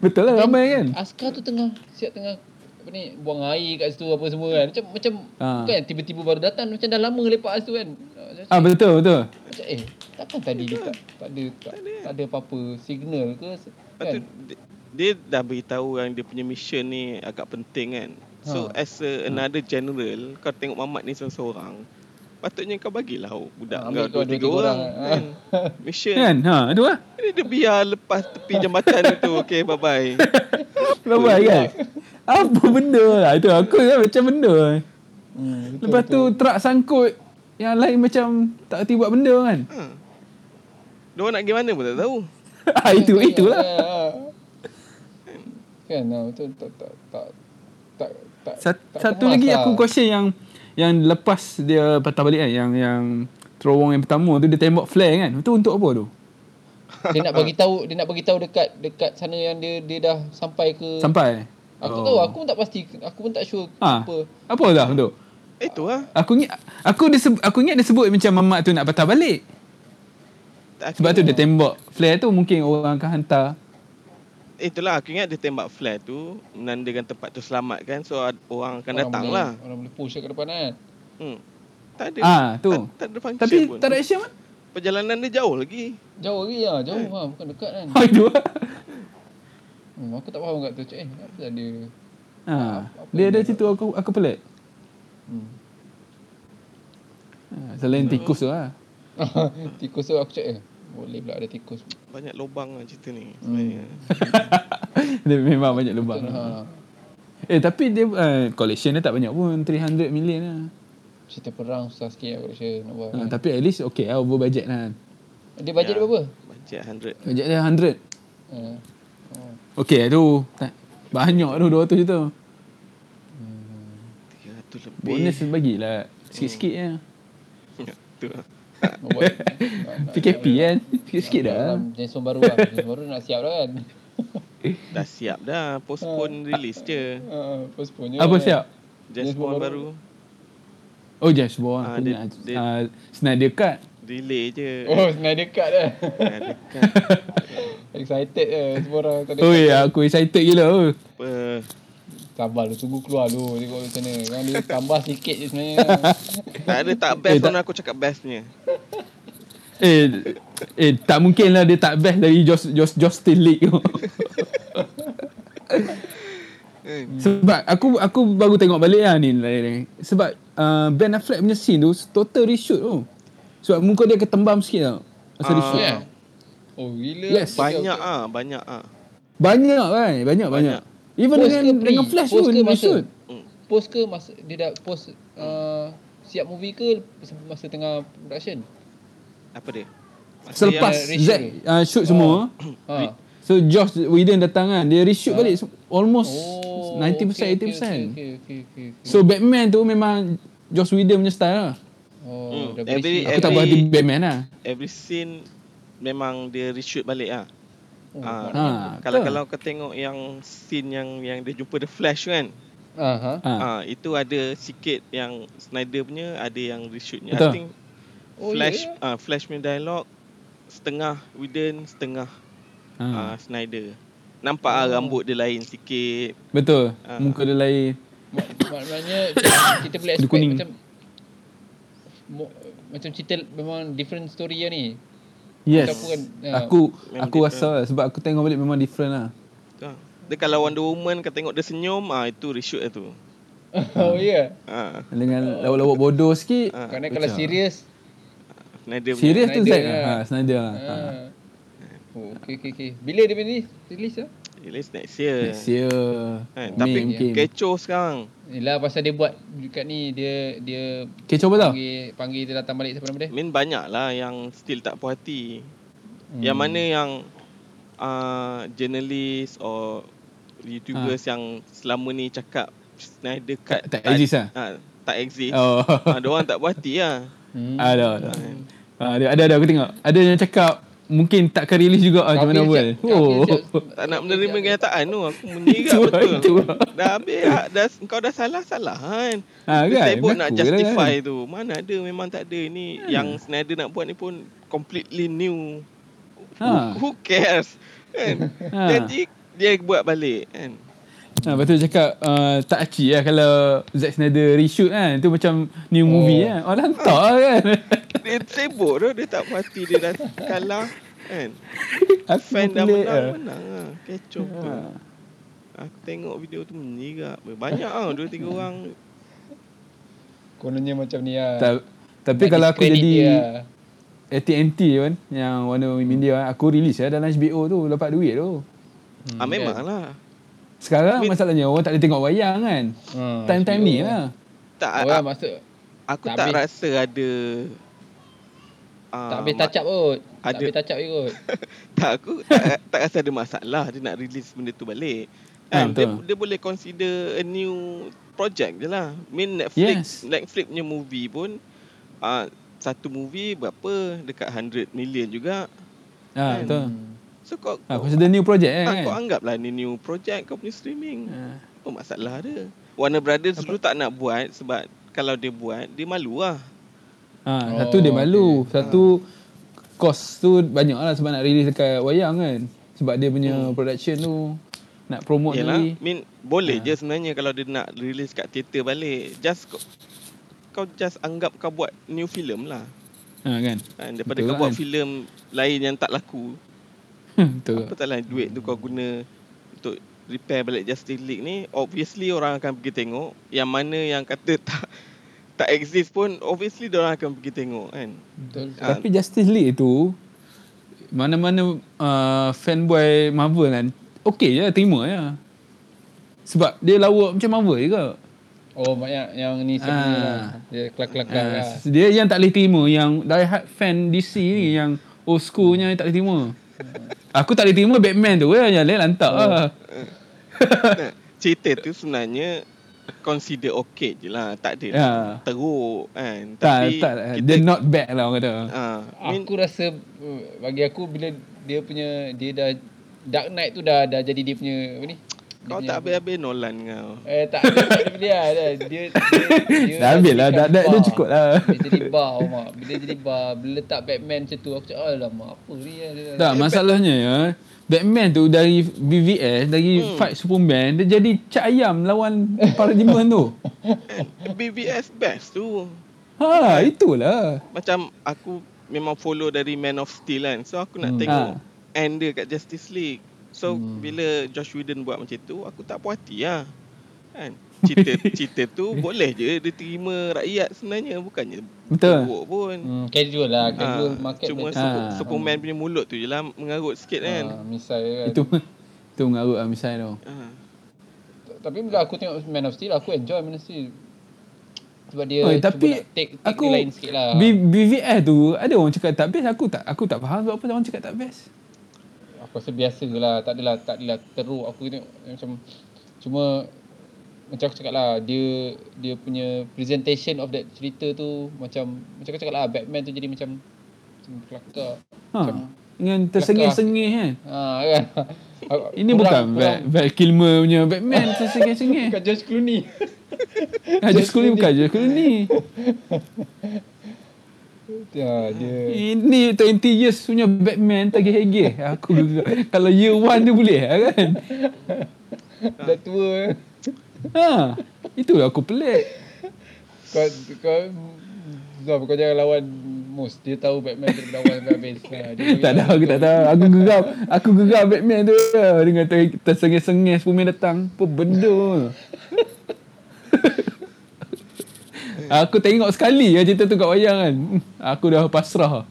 Betul lah ramai kan. Askar tu tengah siap tengah apa ni buang air kat situ apa semua kan. Macam macam Ha. bukan tiba-tiba baru datang macam dah lama lepak kat situ kan. Macam, Ah, betul betul. macam eh takkan tadi dia tak, tak ada tak, tak ada apa-apa signal ke Lepas tu kan. di- dia dah beritahu yang dia punya mission ni agak penting kan. So Ha. as a, another general kau tengok Mamat ni seorang-seorang. Patutnya kau bagilah oh, budak Ha, ambil kau dua tiga orang. Kan? Mission. Kan? Ha, aduh ah. Dia, dia biar lepas tepi jambatan tu. Okay bye bye. Ramai kan. Apa benda lah itu aku kan macam benda. Hmm, betul, Lepas tu betul. truk sangkut yang lain macam tak kerti buat benda kan. Dia nak pergi mana pun tak tahu. Ah, itu itulah. Ya, ya. Kan ah, betul tak tak tak tak tak Sat- tak Satu kemas lagi lah. aku caution yang yang lepas dia patah balik kan yang yang terowong yang pertama tu dia tembak flare kan. Itu untuk apa tu? dia nak bagi tahu dia nak bagi tahu dekat dekat sana yang dia dia dah sampai ke Sampai. Aku Oh. tahu, aku pun tak pasti. Aku pun tak sure Ha. apa. Apa dah tu? Eh tu lah. Aku ingat aku dia sebut, aku ingat dia sebut macam mamak tu nak patah balik. Aku Sebab tu dia tembak flare tu mungkin orang akan hantar. Itulah Eh, lah, aku ingat dia tembak flare tu menandakan tempat tu selamat kan so ad- orang akan Orang datang boleh, lah. Orang boleh push ke depan kan. Hmm. Tak ada. Ah, tu. Tak, tak ada function Tapi pun. tak ada action kan? Perjalanan dia jauh lagi. Jauh lagi lah, Eh. jauh lah. Bukan dekat kan. Ha itu. lah. Hmm, aku tak faham kat tu. Cik, eh, apa dah dia? Ha. Dia ada situ aku aku pelik. Hmm. Ha, selain tikus tu lah. tikus tu aku cakap, eh, boleh pula ada tikus. Banyak lubang lah cerita Hmm. ni sebenarnya. Dia memang banyak Betul, lubang. ha. Eh tapi dia uh, collection dia tak banyak pun 300 million lah. Cerita perang susah sikit aku rasa nak buat. Ha, kan. tapi at least okay lah over budget lah. Dia bajet Ya. dia berapa? Bajet 100. Budget dia 100. Ha. Oh. Okay tu. Tak, banyak tu 200 juta. 300 lebih. Bonus bagilah. Sikit-sikit lah. Ya, tu lah. Nak buat PKP kan. Sikit-sikit dah. dalam Jason baru lah. Jason baru nak siap dah kan. Dah siap dah. Ah. Postpone release je. Ha, postpone je. Apa siap? James James Bond Bond baru. Oh James Bond. Ah, Aku dia- nak dia- ah, Snyder Cut. Delay je. Oh, senang dekat dah. Dah dekat. Excited eh semua orang tak Oh ya aku excited gila. Oh. Apa? Sabar lu tunggu keluar lu tengok macam mana. Kan dia tambah sikit je sebenarnya. Ah. Tak ada tak best Eh, tak- pun aku cakap bestnya. Eh, eh tak mungkin lah dia tak best dari Joss, Joss, Justin League tu. Sebab aku aku baru tengok balik lah ni. ni- ni. Sebab uh, Ben Affleck punya scene tu total reshoot tu. Sebab muka dia ketembam sikit tau. Masa Ah. reshoot. yeah. Oh gila. Yes. Banyak ah, banyak ah. Banyak kan? Banyak, banyak. Even Post dengan, ke pre? dengan Flash Post pun ke masa? reshoot. Hmm. Post ke masa dia dah post uh, siap movie ke masa tengah production? Apa dia? Masa Selepas yang Zack reshoot uh, shoot semua. Hmm. Ha. So Josh Whedon datang kan. Dia reshoot balik se- almost 90% Ah. Oh, okay, 80%. Okay, okay, okay, okay. So Batman tu memang Joss Whedon punya style lah. Oh, Hmm. dah beri Every- sikit. Aku tak Every- puas hati Batman lah. every scene memang dia reshoot balik ah. Oh, ah, Ha, Kalau betul. kalau kau tengok yang scene yang yang dia jumpa The Flash kan. Aha. ha. Ah itu ada sikit yang Snyder punya, ada yang reshootnya. Betul. I think Oh, Flash ya. ah Flash punya dialog setengah Whedon, setengah ha. ah Snyder. Nampak ah Oh. rambut dia lain sikit. Betul. Ah. Muka dia lain. Mak- Maknanya kita boleh Dia expect kuning. macam mo- macam cerita memang different story lah ni. Yes. Ataupun, ah, Aku memang aku rasa lah, sebab aku tengok balik memang different lah. Tu ah. Dia kalau Wonder Woman kau tengok dia senyum, ah itu reshoot lah tu. oh ya. Ah Dengan lawak-lawak bodoh sikit. Ah, Kerana kalau Betul. serius Snyder punya. Serius tu Snyder Zack lah. lah. Ha, Snyder lah. Ha. Ah. Oh, okay, okay, okay. Bila dia ni release lah? Release next year. Next year. Eh, Mei tapi mungkin. kecoh sekarang. Yelah pasal dia buat dekat ni dia dia Kecoh apa tau? panggil panggil dia datang balik siapa nama dia? I mean banyak lah yang still tak puas hati. Hmm. Yang mana yang uh, journalist or YouTubers ha. yang selama ni cakap Snyder Cut Tak- tak exist lah. Ha, tak exist. Oh. Oh. Ha, diorang tak berhati lah. Hmm. ada ada. Ah, Ada ada ada aku tengok. Ada yang cakap mungkin takkan release juga ah macam mana Kafir Wal. siap- Oh. kafir siap- Tak nak kan? menerima kenyataan tu. Aku meninggal Itu lah, betul. itu lah. Dah habis. ah, Dah, kau dah salah-salah kan. Ha Dia kan. Berlaku sibuk nak lah, Hmm. justify tu. Mana ada memang tak ada ni. Yang Snyder nak buat ni pun completely new. Ha. Who, who cares? Kan? Ha. Jadi dia buat balik kan. Ha, lepas tu dia cakap uh, tak aci lah kalau Zack Snyder reshoot kan. Itu macam new Oh. movie kan. Orang tak lah kan. Dia sibuk tu, dia tak puas dia dah kalah kan. Aku Fan dah pelik menang, lah. menang lah. Kecoh Ha. ha. Aku tengok video tu menyirap. Banyak ah, dua tiga orang. Kononnya macam ni lah. Ta- tapi Nak kalau aku discredit jadi dia AT&T kan yang Warner Media kan, aku release lah dalam HBO tu dapat duit tu. Hmm, Ah memang kan? lah. Sekarang Tapi- masalahnya orang tak boleh tengok wayang kan. Ha, Time-time HBO. ni lah. Tak Orang masa aku tak tak habis. rasa ada ah, tak habis ma- touch up kot. Tak ada- habis touch up je kot. Tak aku tak, tak rasa ada masalah dia nak release benda tu balik. Ah, Kan dia, betul. dia boleh consider a new project je lah. Main Netflix, Yes. yes. Netflix punya movie pun uh, satu movie berapa dekat 100 million juga. Kan. Ha, betul. Hmm. So kau Ha, kau, pasal dia new project kan. ah, kan? kau anggaplah ni new project kau punya streaming. Ha. Apa masalah dia? Warner Brothers dulu tak nak buat sebab kalau dia buat dia malu lah. Ha, Oh, satu dia Ha. malu, satu kos tu banyak lah sebab nak release dekat wayang kan. Sebab dia punya Hmm. production tu nak promote Yalah, lagi. mean boleh Ah. je sebenarnya kalau dia nak release kat teater balik. Just kau, kau just anggap kau buat new film lah. Ha kan. Kan daripada Betul kau lah buat kan. filem lain yang tak laku. Betul. Apa tak lah duit tu kau guna untuk repair balik Justice League ni, obviously orang akan pergi tengok. Yang mana yang kata tak tak exist pun obviously orang akan pergi tengok kan. Betul. Ah. Tapi Justice League tu mana-mana uh, fanboy Marvel kan okey je terima je. Sebab dia lawak macam Marvel juga. Oh banyak yang ni sebenarnya Ah. lah. Dia kelak-kelak-kelak Uh, Ah. lah. dia yang tak boleh terima yang die hard fan DC ni Hmm. yang old schoolnya yang tak boleh terima. Aku tak boleh terima Batman tu eh, yang lain lantak lah. Nah, cerita tu sebenarnya consider okay je lah. Tak ada Ya. teruk kan. Tak, tak, dia not bad lah orang Eh, kata. Ah, I mean, Aku rasa uh, bagi aku bila dia punya dia dah Dark Knight tu dah dah jadi dia punya apa ni? Dia Kau punya- tak habis-habis Nolan kau. Eh tak dia tak ada dia dah dia, dia, dia Dah habis lah, dah- dah- bar. dah cukup lah. Dia jadi bar oh, mak. Bila jadi bar, bila letak Batman macam tu aku cakap alamak apa ni. eh, Tak, masalahnya ya. Batman tu dari BVS, dari Hmm. fight Superman, dia jadi cak ayam lawan parlimen tu. BBS best tu. Ha, Eh. itulah. Macam aku memang follow dari Man of Steel kan. So aku nak Hmm. tengok Ah. end dia kat Justice League. So bila Josh Whedon buat macam tu, aku tak puas hati lah. Kan? Cerita, cerita tu boleh je dia terima rakyat sebenarnya. Bukannya Betul. teruk pun. Hmm, casual lah, casual Ah, market. cuma macam- Sup- Ah. Superman punya mulut tu je lah mengarut sikit kan. Ah, misal kan. Itu itu mengarut lah misalnya tu. Ah. Tapi bila aku tengok Man of Steel, aku enjoy Man of Steel. Sebab dia Oi, cuba tapi nak take, take dia aku lain sikit lah. B, BVS tu ada orang cakap tak best aku tak aku tak faham sebab apa orang cakap tak best. Aku rasa biasa je lah. Tak adalah, tak adalah teruk. Aku tengok eh, macam... Cuma... Macam aku cakap lah, dia dia punya presentation of that cerita tu macam... Macam aku cakap lah, Batman tu jadi macam... Macam kelakar. Ha. Dengan tersengih-sengih kan. Ha, kan? Aku- Ini kurang- bukan Val, kurang- Val Kilmer punya Batman tersengih-sengih. Bukan George Clooney. Haji sekolah ni bukan Haji sekolah ni. ya, dia... Ini 20 years punya Batman tagih-hagih. Aku kalau year 1 tu boleh lah kan. Dah tua. Ha. Itulah aku pelik. Kau kau Zaf, kau jangan lawan Mus. Dia tahu Batman daripada awal sampai habis. Ha, dia bagi Tak tahu. tahu aku tak tahu. Aku geram. Aku geram Batman tu lah. dengan ter- tersengih-sengih Superman datang. Apa benda? aku tengok sekali lah cerita tu kat wayang kan. Aku dah pasrah.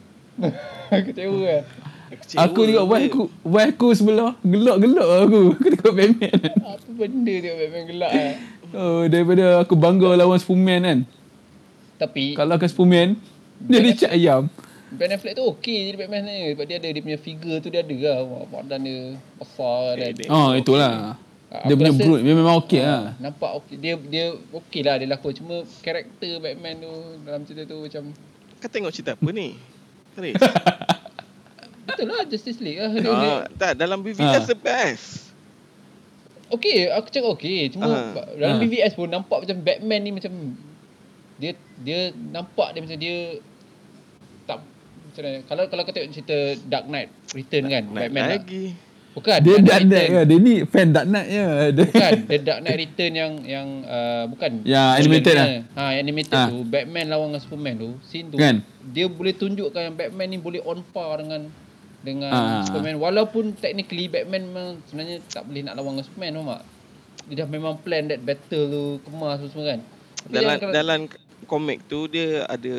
Kecewa lah. Kecewa Aku tengok je. wife aku, wife aku sebelah gelak-gelak aku. Aku tengok Batman. Apa benda dia Batman gelak lah. Oh, daripada aku bangga lawan Superman kan. Tapi Kalahkan Superman, dia ni cak ayam. Ben Affleck tu okey jadi Batman ni. Sebab dia ada dia punya figure tu dia ada lah. Badan dia besar Eh, kan. dia- Oh, itulah. Ah, Dia aku punya rasa- brood Dia memang okey lah Ah, Nampak okey dia dia okey lah dia lakon cuma karakter Batman tu dalam cerita tu macam Kau tengok cerita apa ni? Serius? betul lah Justice League lah. Dia, dia, ah, tak, dalam Ah. BVS the best. Okey, aku cakap okey. Cuma Ah. uh, dalam Ah. BVS pun nampak macam Batman ni macam dia dia nampak dia macam dia tak macam mana kalau kalau kau tengok cerita Dark Knight Return kan Nak Batman lah. lagi. Bukan Dia Dark Dark Knight Knight Return. lah Dia ni fan Dark Knight je Dia- Bukan The Dark Knight Return yang yang uh, bukan Yang Nolan animated punya. lah. Ha animated Ah. tu Batman lawan dengan Superman tu scene tu Kan? dia boleh tunjukkan yang Batman ni boleh on par dengan dengan Ah. Superman walaupun technically Batman memang sebenarnya tak boleh nak lawan dengan Superman faham tak? Dia dah memang plan that battle tu kemas tu semua kan. Tapi Dalam dia- dalam komik tu dia ada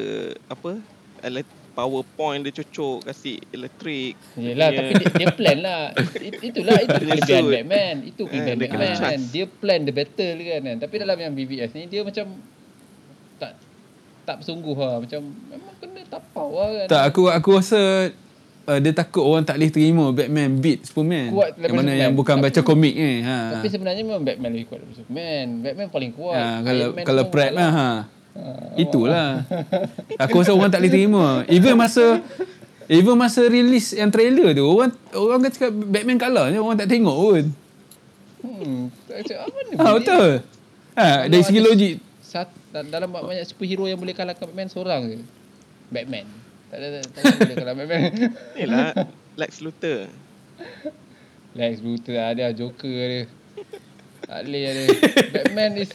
apa? Ele- PowerPoint dia cucuk kasi elektrik. Yelah Dia- tapi dia, dia plan lah It- Itulah itu Dia kelebihan suit. Batman Itu Eh, kelebihan dia Batman kena kan trust. Dia plan the battle kan, kan Tapi dalam yang BVS ni Dia macam Tak Tak bersungguh lah Macam Memang kena tapau lah kan Tak aku aku rasa uh, dia takut orang tak boleh terima Batman beat Superman. Kuat yang daripada mana Superman. yang bukan Tapi- baca komik ni. Ha. Tapi sebenarnya memang Batman lebih kuat daripada Superman Batman paling kuat ha kalau Batman kalau pun prep kalah. lah ha. Ah, Itulah. aku rasa orang tak boleh terima. Even masa even masa release yang trailer tu orang orang kan cakap Batman kalah je orang tak tengok pun. hmm, tak macam, ah, mana Ha boleh? betul. Oh. Ha dari Kalau segi ada- logik Sat, da- dalam banyak superhero yang boleh kalahkan Batman seorang je Batman Tak ada tak ada yang boleh kalah Batman Ni lah Lex Luthor. Lex Luthor lah dia Joker dia Tak boleh lah dia Batman is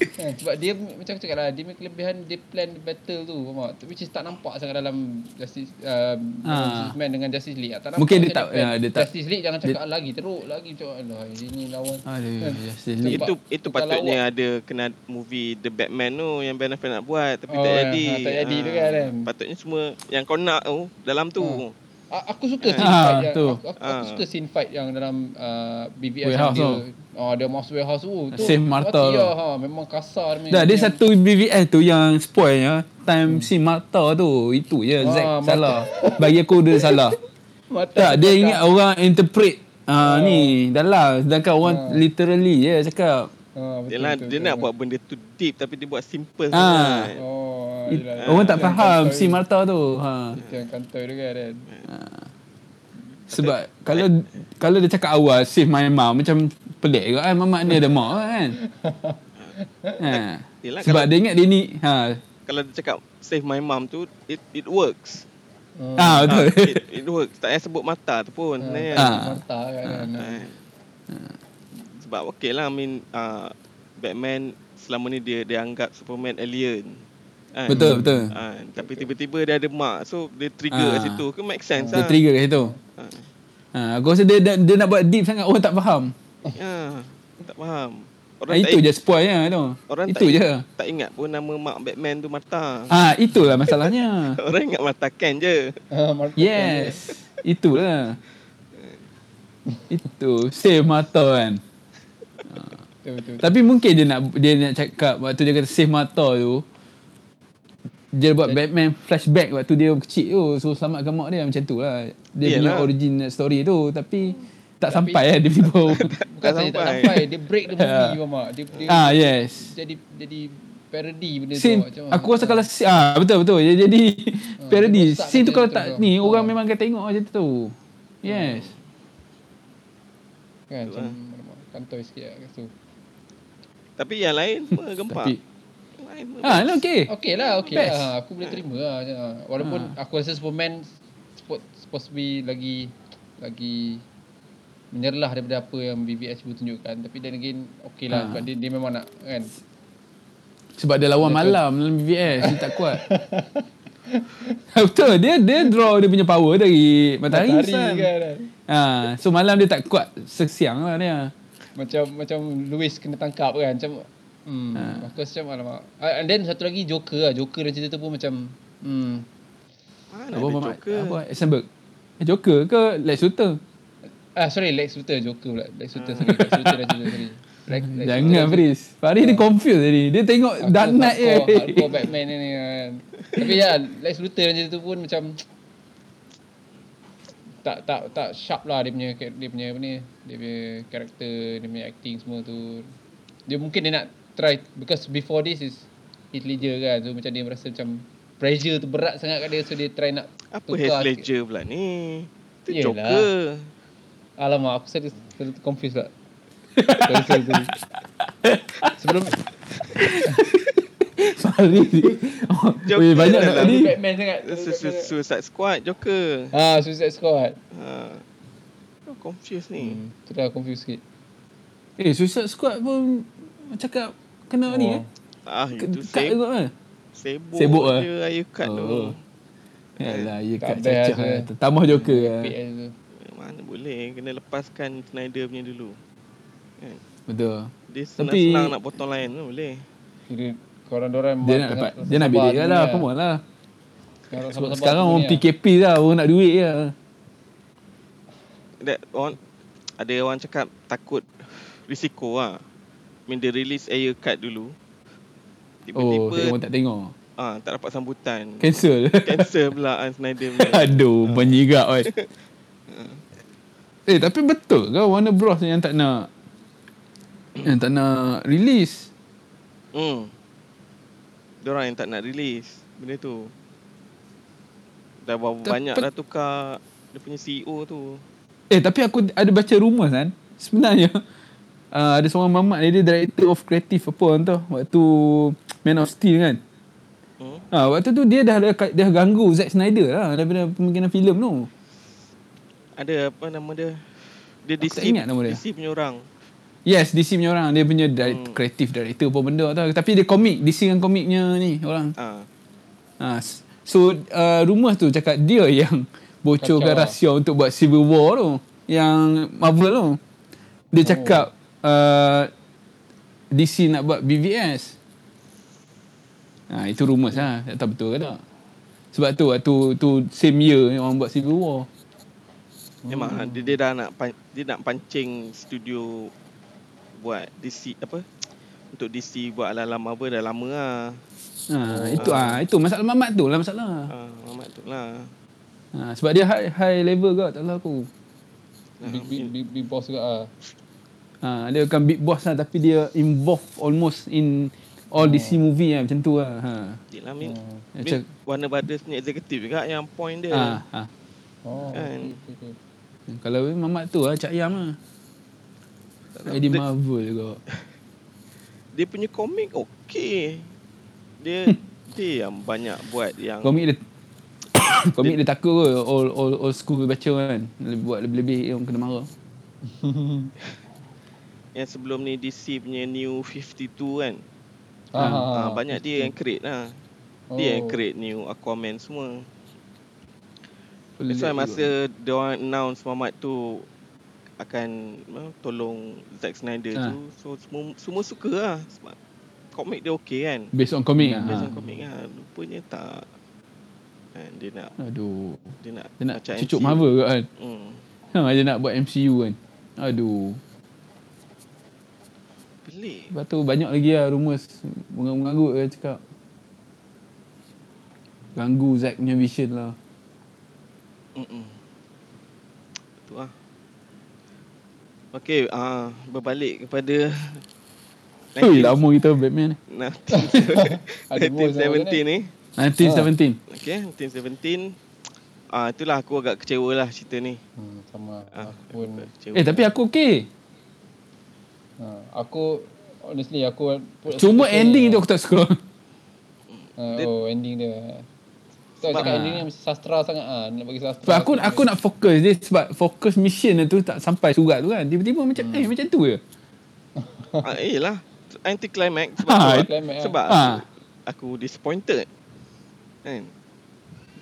Eh, sebab dia macam aku cakap lah Dia punya kelebihan Dia plan the battle tu Faham tak Which is tak nampak sangat dalam Justice um, Ah. Justice Man dengan Justice League Ah, tak nampak Mungkin dia macam tak- plan. ya, dia tak- Justice League jangan cakap lagi Teruk lagi macam Alah ini lawan Aduh, Kan? Justice League. Nampak Itu itu tukar patutnya ada kena movie The Batman tu yang Ben Affleck nak buat tapi Oh, tak ya. jadi. Ha, tak jadi tu Ah, kan, kan? Patutnya semua yang kau nak tu dalam tu. Ah. A- aku suka Ah, scene fight yang, tu. aku, aku, aku Ah. suka scene fight yang dalam uh, BVS yang Warehouse tu. dia oh, dia masuk warehouse tu tu Save Martha mati tu. lah, ha, memang kasar dia punya- Dah, dia yang- satu BVS tu yang spoil ya. Time si Mata tu. Itu je Zack Mata. salah. Bagi aku dia salah. Mata tak, dia terpecah. ingat orang interpret ah ni dalam sedangkan orang literally je cakap. Ah, betul, Yalah, betul, lah, dia betul, Ha. nak betul. buat benda tu deep tapi dia buat simple Ah. sangat. Oh, It, yelah, orang tak itu yang faham kantoi- si Mata tu. Ha. Itu yang kantoi tu kan. kan? Sebab kalau kalau dia cakap awal save my mom macam pelik juga kan mamak dia ada mak kan. ha. Yelah, Sebab dia ingat dia ni ha. Kalau dia cakap save my mom tu it it works. Hmm. Ah Ah, betul. it, it works. Tak payah sebut mata tu Ha. pun sebenarnya. Ah. Mata kan. kan? Ah. Ha. Sebab okey lah I mean uh, Batman selama ni dia dia anggap Superman alien. Kan? Betul betul. Ah, tapi tiba-tiba dia ada mak so dia Ah. trigger kat situ ke make sense Dia lah. trigger kat situ. Ah. Ha, aku rasa dia, dia, dia nak buat deep sangat orang tak faham. Ya, tak faham. Orang Ah, tak itu ing- je spoilnya tu. orang itu tak- je. tak ingat pun nama mak Batman tu Martha. Ah, itulah masalahnya. Orang ingat Martha Kent je. Ah, Martha yes. Itulah. Itu save mata kan. kan. Betul, betul, betul. Tapi mungkin dia nak dia nak cakap waktu dia kata save mata tu dia buat Batman flashback waktu dia kecil tu so selamatkan mak dia macam tu lah. Dia punya Iyalah. origin story tu tapi tak sampai lah dia tiba. Bukan saja tak sampai. sampai. Dia break the movie faham tak? Dia, dia ah yes. jadi jadi parody benda Scene, tu. macam mana. aku rasa kalau ah betul betul dia jadi parody. dia rosak Scene tu macam kalau tu tu. tak ni orang Ha. memang akan tengok macam tu. Yes. Ah. Kan, macam alamak, kantoi sikit lah kat situ. Tapi yang lain semua gempak. Tapi Yang lain semua ah no, okey. Okey lah, okey Best. Ah. lah. Aku boleh terima lah. macam lah. Walaupun aku rasa Superman supposed, supposed to be lagi lagi menyerlah daripada apa yang BVS pun tunjukkan. Tapi then again, okey lah. Ah. Sebab dia, dia memang nak kan. Sebab dia lawan malam dalam BVS dia tak kuat. betul dia dia draw dia punya power dari kan. matahari. matahari kan. ha, so malam dia tak kuat sesiang lah dia. Macam macam Louis kena tangkap kan. Macam hmm, aku rasa macam alamak. Ah, And then satu lagi Joker lah. Joker dalam cerita tu pun macam hmm, Mana Apa ada apa Joker? apa Eisenberg. Eh, Joker ke Lex Luthor? Ah sorry Lex Luthor Joker pula. Lex Luthor sorry. Lex Luthor dalam cerita sorry. Lex, Lex Jangan Luthor. Faris. Faris dia confused tadi. Dia tengok Dark Knight eh. je. hardcore, hardcore Batman ni kan. Tapi ya, Lex Luthor macam tu pun macam tak tak tak sharp lah dia punya dia punya apa ni dia punya karakter dia punya acting semua tu dia mungkin dia nak try because before this is Heath Ledger kan so macam dia merasa macam pressure tu berat sangat kat dia so dia try nak Apa Tukar sikit. Heath Ledger pula ni? Itu Yelah. Joker. alamak aku selalu selalu confused lah sorry, sorry, sorry. sebelum Sorry. Oh, weh, banyak nak dalam- ni. sebelum Batman sangat Su- su- Suicide Squad, Joker. ah Suicide Squad Ha. Kau confused ni. hmm, tu dah confused sikit Eh, Suicide Squad pun cakap kena Oh, ni eh. Ah, Ke- itu Cut seb- juga kan. sibuk. Sibuk ah. je ayah cut tu. Oh. Yalah, ya Eh, Tak kat best cacah. lah. eh, lah. Tambah Joker lah. PL tu Mana boleh, kena lepaskan Snyder punya dulu. Betul. Tapi- Dia senang-senang nak potong lain tu boleh. kira korang dorang Dia nak dapat dia nak bidik kan lah, come on lah. Sekarang orang PKP lah, orang nak duit je. lah. That on ada orang cakap takut risiko lah. I mean, dia release air cut dulu. Oh, Tiba-tiba orang tak tengok. ah, tak dapat sambutan. Cancel. Cancel pula Ann Snyder punya. Ah. Aduh, menyigak oi. eh, tapi betul ke Warner Bros yang tak nak yang tak nak release? Hmm. Diorang yang tak nak release benda tu. Dah berapa Tapi- banyak dah tukar dia punya CEO tu. Eh, tapi aku ada baca rumor kan. Sebenarnya uh, ada seorang mamat dia, dia director of creative apa orang tu waktu Man of Steel kan. Hmm. Ha, waktu tu dia dah dah, dah ganggu Zack Snyder lah daripada pembikinan filem tu. Ada apa nama dia? Dia Aku tak DC, ingat nama dia. DC punya orang. Yes, DC punya orang dia punya direct, Hmm. creative director apa benda tau. Tapi dia komik, DC dengan komiknya kan ni orang. Ah, Ha, s- so uh, rumah tu cakap dia yang Kacau bocorkan lah. rahsia untuk buat Civil War tu. Yang Marvel tu. Dia cakap uh, DC nak buat BVS. Ha, itu rumours lah. Tak tahu betul ke tak. Sebab tu waktu tu same year orang buat Civil War. memang Hmm. ah, dia, dia dah nak pan, dia nak pancing studio buat DC apa? Untuk DC buat ala-ala Marvel dah lama lah. Ha, itu ah ha, itu masalah mamat tu lah masalah. Ah, Mamat tu lah. Ha, sebab dia high, high level kau tak tahu lah aku. big, big, big, big boss juga ah Ha, dia bukan big boss lah tapi dia involved almost in all DC Oh. movie lah macam tu lah. Ha. Yelah, Min. Hmm. Macam- Min, Warner Brothers punya executive juga yang point dia. Yeah. Ha, ha. oh Kan. okay, okay, okay. Kalau mamat tu lah Cak Yam lah. Jadi dia- Marvel kau. Dia punya komik okey. Dia Hmm. dia yang banyak buat yang Komik dia Komik dia takut ke all, all, all school baca kan Lebih- Buat lebih-lebih Orang kena marah yang sebelum ni DC punya New 52 kan. Ah, ah, Ah, ah. Oh. banyak dia yang create lah. Dia yang Oh. create New Aquaman semua. That's why masa dia orang announce Mamat tu akan apa, tolong Zack Snyder Ah. tu so semua semua suka lah sebab komik dia okey kan. Based on komik lah Based on ha. komik lah. Rupanya tak. Kan, dia nak Aduh dia nak, Dia nak macam cucuk MCU. Marvel ke kan Hmm. ha, Dia nak buat MCU kan Aduh Pelik. Lepas tu banyak lagi lah rumours mengarut dia cakap. Ganggu Zack punya vision lah. Mm-mm. Tu lah. Okay, uh, berbalik kepada Ui, lama kita Batman ni. 19- Ada lah, bos sama 1917 ni. Ah. 1917. Okay, 1917. Ah, itulah aku agak kecewa lah cerita ni. Hmm, sama Ah, aku pun agak kecewa. Eh, tapi aku okey. ah, aku honestly aku put Cuma expectation- ending tu aku tak suka. Ah, Dia- oh ending dia tak Sebab- cakap ending ni macam sastra sangat ah nak bagi sastra Sebab aku aku nak fokus dia sebab fokus mission dia tu tak sampai surat tu kan. Tiba-tiba macam eh macam tu je. ah, eh lah. Anti climax Ah, sebab, aku, anti-climax lah. sebab Ah. aku, aku disappointed. Kan?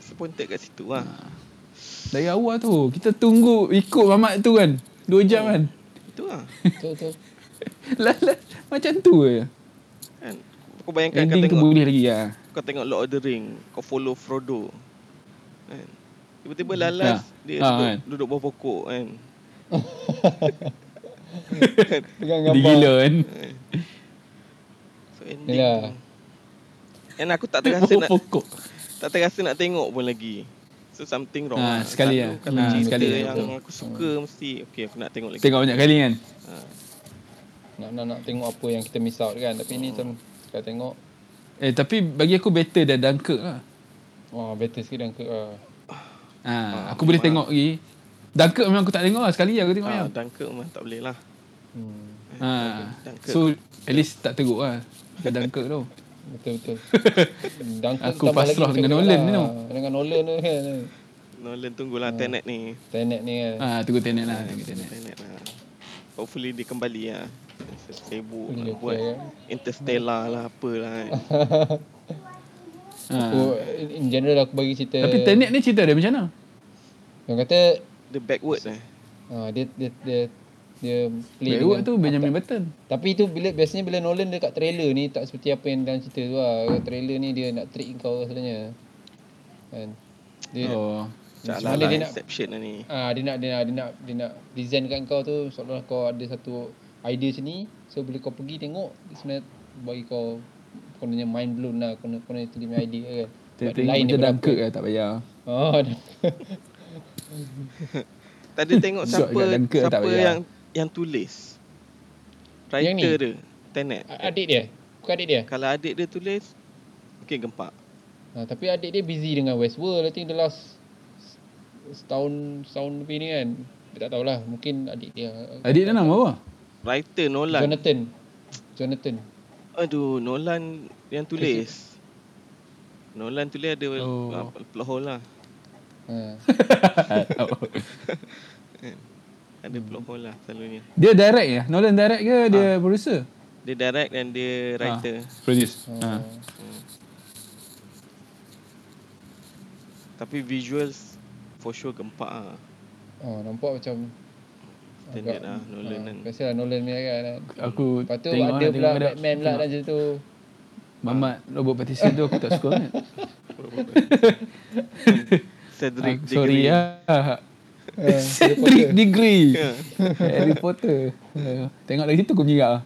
Disappointed kat situ lah. Ah. Dari awal tu kita tunggu ikut mamat tu kan. Dua jam kan. Itu lah. betul betul Lah, lah, macam tu je. Kan? Kau bayangkan kau Ending tu tengok boleh lagi lah. Kau tengok Lord of the Ring Kau follow Frodo kan? Tiba-tiba lalas Ha. Dia Ha, duduk, kan? duduk bawah pokok kan pegang Dia gambar gila kan. So ending Yelah. And aku tak terasa Bawah nak pokok. Tak terasa nak tengok pun lagi So something wrong. Ah, lah. sekali Satu lah. Kalau Ah, cerita sekali. yang Betul. aku suka mesti okay aku nak tengok lagi. Tengok banyak kali kan? Ah. Nak, nak, nak tengok apa yang kita miss out kan. Tapi ni macam kalau tengok, Eh tapi bagi aku better dah Dunkirk lah. wah better sikit dan ke. Uh, Ha, aku boleh faham. tengok lagi. Dunkirk memang aku tak tengok lah. Sekali je aku tengok Ah, yang. Dunkirk mah tak boleh lah. hmm, Ha. Dunkirk. So at least tak teruk lah. Kat Dunkirk tu. betul-betul. Dunkirk Aku tambah lagi pasrah macam dengan tu Nolan lah. ni tau. Dengan Nolan tu kan. Nolan tunggulah Hmm. Tenet ni. Tenet ni kan. Ha, tunggu tenet lah. Tunggu tenet. Tenet lah. Hopefully dia kembali lah. Sibuk Boleh nak okay, buat ya? kan? Interstellar lah apalah. Ha. kan. Aku, in general aku bagi cerita. Tapi tenet ni cerita dia macam mana? Orang kata Dia backward lah. Ha, dia dia dia dia play Baywood tu dengan- Benjamin Button. Tapi tu bila biasanya bila Nolan dekat trailer ni tak seperti apa yang dalam cerita tu lah. Kat trailer ni dia nak trick kau sebenarnya. Kan. Dia oh. Oh. Sebenarnya Macam lah dia nak Inception lah ni. ah dia nak dia nak dia nak dia nak design kat kau tu seolah kau ada satu idea sini. So bila kau pergi tengok dia sebenarnya bagi kau kau punya mind blown lah kau nak kau nak terima idea kan. Sebab dia Tengok lain macam daripada Dunkirk lah tak payah. Oh, dah- Tadi tengok Shot siapa kat Dunkirk tak siapa payah. yang yang tulis. ah. Yang ni? Writer dia. Tenet. adik dia. Bukan adik dia. Kalau adik dia tulis mungkin gempak. Ha, tapi adik dia busy dengan Westworld I think the last setahun setahun lebih ni kan. Dia tak tahulah mungkin adik dia. Adik dia nama apa? Writer Nolan. Jonathan. Jonathan. Aduh, Nolan yang tulis. Nolan tulis ada Oh. oh. plot hole lah. Ha. Hmm. Ada plot hole lah selalunya. Dia direct ya? Nolan direct ke dia Ah. producer? Dia direct dan dia writer. Ha, produce. Oh. Ha. ah. Tapi visuals for sure gempak ah. Oh, nampak macam Tenet ah Nolan kan. Biasalah Nolan ni kan. Aku Lepas tu ada tengok pula lah, tengok dia- Batman pula dalam situ. Mamat Robert Pattinson tu aku tak suka sangat. Cedric Ah, Aku sorry Diggory. ya. Cedric Diggory. Harry Potter. Eh, Tengok lagi tu aku menyingap lah.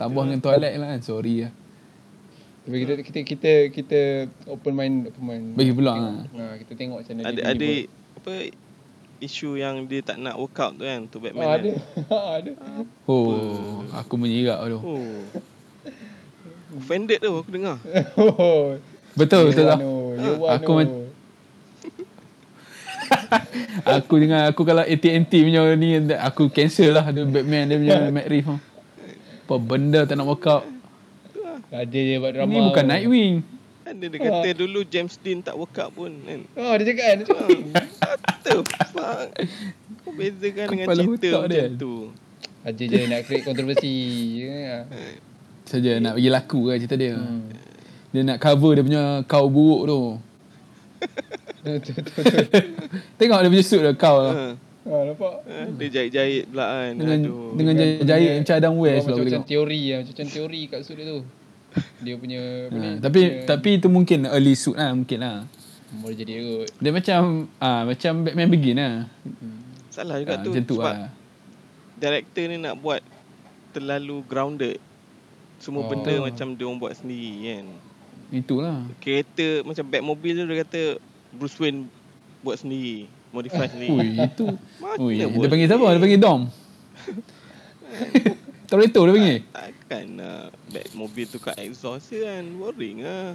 Tambah dengan toilet lah kan. Sorry lah. Tapi kita kita kita kita open mind open mind. Bagi peluang Tengok. lah. Ha, kita tengok macam mana Ada dia ada deliver. apa isu yang dia tak nak work out tu kan tu Batman. Ah, kan. ada. ada. Oh, aku menyingap tu. Oh. Offended tu aku dengar. Oh. Betul, betul lah. Ah, Aku Aku mac- Aku dengan aku kalau AT&T punya ni aku cancel lah dia Batman dia punya Matt Reeves. tu. Apa benda tak nak workout. Ada je buat drama. Oh. Ni bukan tu. Nightwing. Kan dia, dia kata dulu James Dean tak work out pun kan. Oh, dia cakap kan. Dia cakap. What the fuck? Kau bezakan dengan Kepala cerita otak macam dia. tu. Ada je nak create kontroversi. Ya. Saja nak bagi laku kan cerita dia. Hmm. Dia nak cover dia punya kau buruk tu. Tengok dia punya suit dia kau. tu. Ha. Ha, nampak? Ha, Dia jahit-jahit pula kan. Dengan Aduh. dengan Bukan jahit macam Adam West Macam, lah boleh macam tengok. teori lah. Macam, macam teori kat sudut tu. Dia punya apa ni? Ha, tapi dia, tapi itu mungkin early suit lah mungkin lah. boleh jadi kot. Dia macam ah macam Batman Begin lah. Salah juga Ha, tu. macam tu sebab lah. director ni nak buat terlalu grounded. Semua Oh. benda macam dia orang buat sendiri kan. Itulah. Kereta macam Batmobile tu dia kata Bruce Wayne buat sendiri. Eh, Modify sendiri. Ui, itu. Mana Ui, dia boleh? panggil siapa? Dia panggil Dom. Toretto dia panggil. Takkan nak Batmobile tu kat exhaust je kan. Boring lah.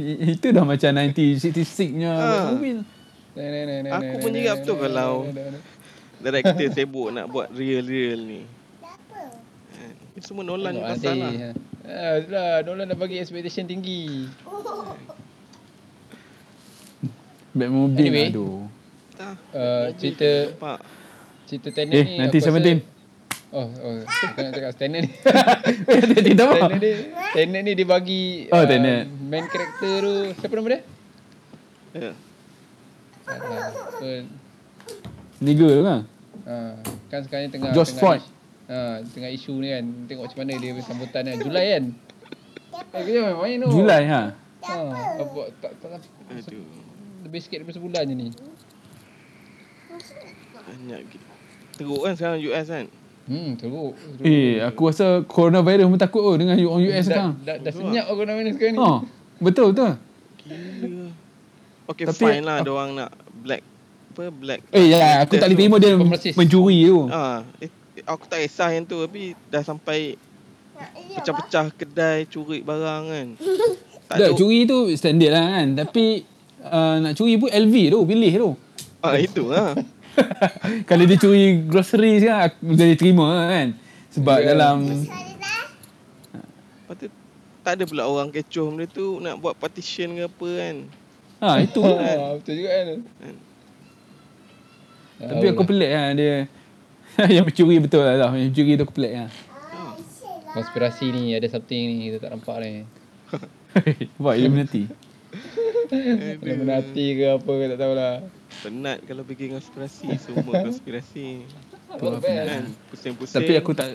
I- Itu dah macam 1966 punya Ah. mobil. Nah, nah, nah, nah, Aku nah, pun nah, ingat nah, betul nah, kalau nah, nah, nah. Director sibuk nak buat real-real ni. Kan? Ni Semua Nolan ni Tengok pasal lah. adik. Ah, itulah. Nolan dah bagi expectation tinggi. Batmobile Anyway. aduh. Tah, Ah, Batmobile cerita tu nampak. cerita Tenet Eh, ni nanti aku rasa- 17. Oh, oh. Aku nak cakap Tenet ni. Tidak Tenet apa. ni Tenet ni dia bagi Oh, ah, Tenet. Main karakter tu Siapa nama dia? Ya. Salah Apa Niga tu kan. ah, Kan sekarang ni tengah George tengah, Floyd. ah, Tengah isu ni kan Tengok macam mana dia punya sambutan kan Julai kan Eh kejap main main tu Julai ha. ha, apa, tak, tak, tak, Aduh. Lebih sikit daripada sebulan je ni Banyak gila. Teruk kan sekarang US kan? Hmm teruk, teruk. Eh, aku rasa coronavirus pun takut oh dengan orang dah, US sekarang. Oh, dah, dah senyap aku nak main sekarang ni Ha. Betul betul. Gila. Okay Tapi- Tapi, fine lah ah. dia orang nak black apa black. Eh ya, aku tak boleh terima dia oh. Pembersih. mencuri tu. Ah, eh, aku tak kisah yang tu tapi dah sampai pecah-pecah kedai curi barang kan. Tak Tak, ada. curi tu standard lah kan. Tapi uh, nak curi pun LV tu, pilih tu. Ah itu lah. Kalau dia curi groceries kan, aku boleh terima kan. Sebab Ya. dalam... Lepas tu tak ada pula orang kecoh benda tu nak buat partition ke apa kan. Ha, itu lah. Ah, betul juga kan. Tapi aku pelik lah dia. yang mencuri betul lah tau. Yang mencuri tu aku pelik lah. konspirasi ni ada something ni kita tak nampak ni. Buat Illuminati. Eh, Ada menati ke apa ke tak tahulah. Penat kalau pergi konspirasi semua konspirasi Not kan. bad. Pusing-pusing. Tapi aku tak...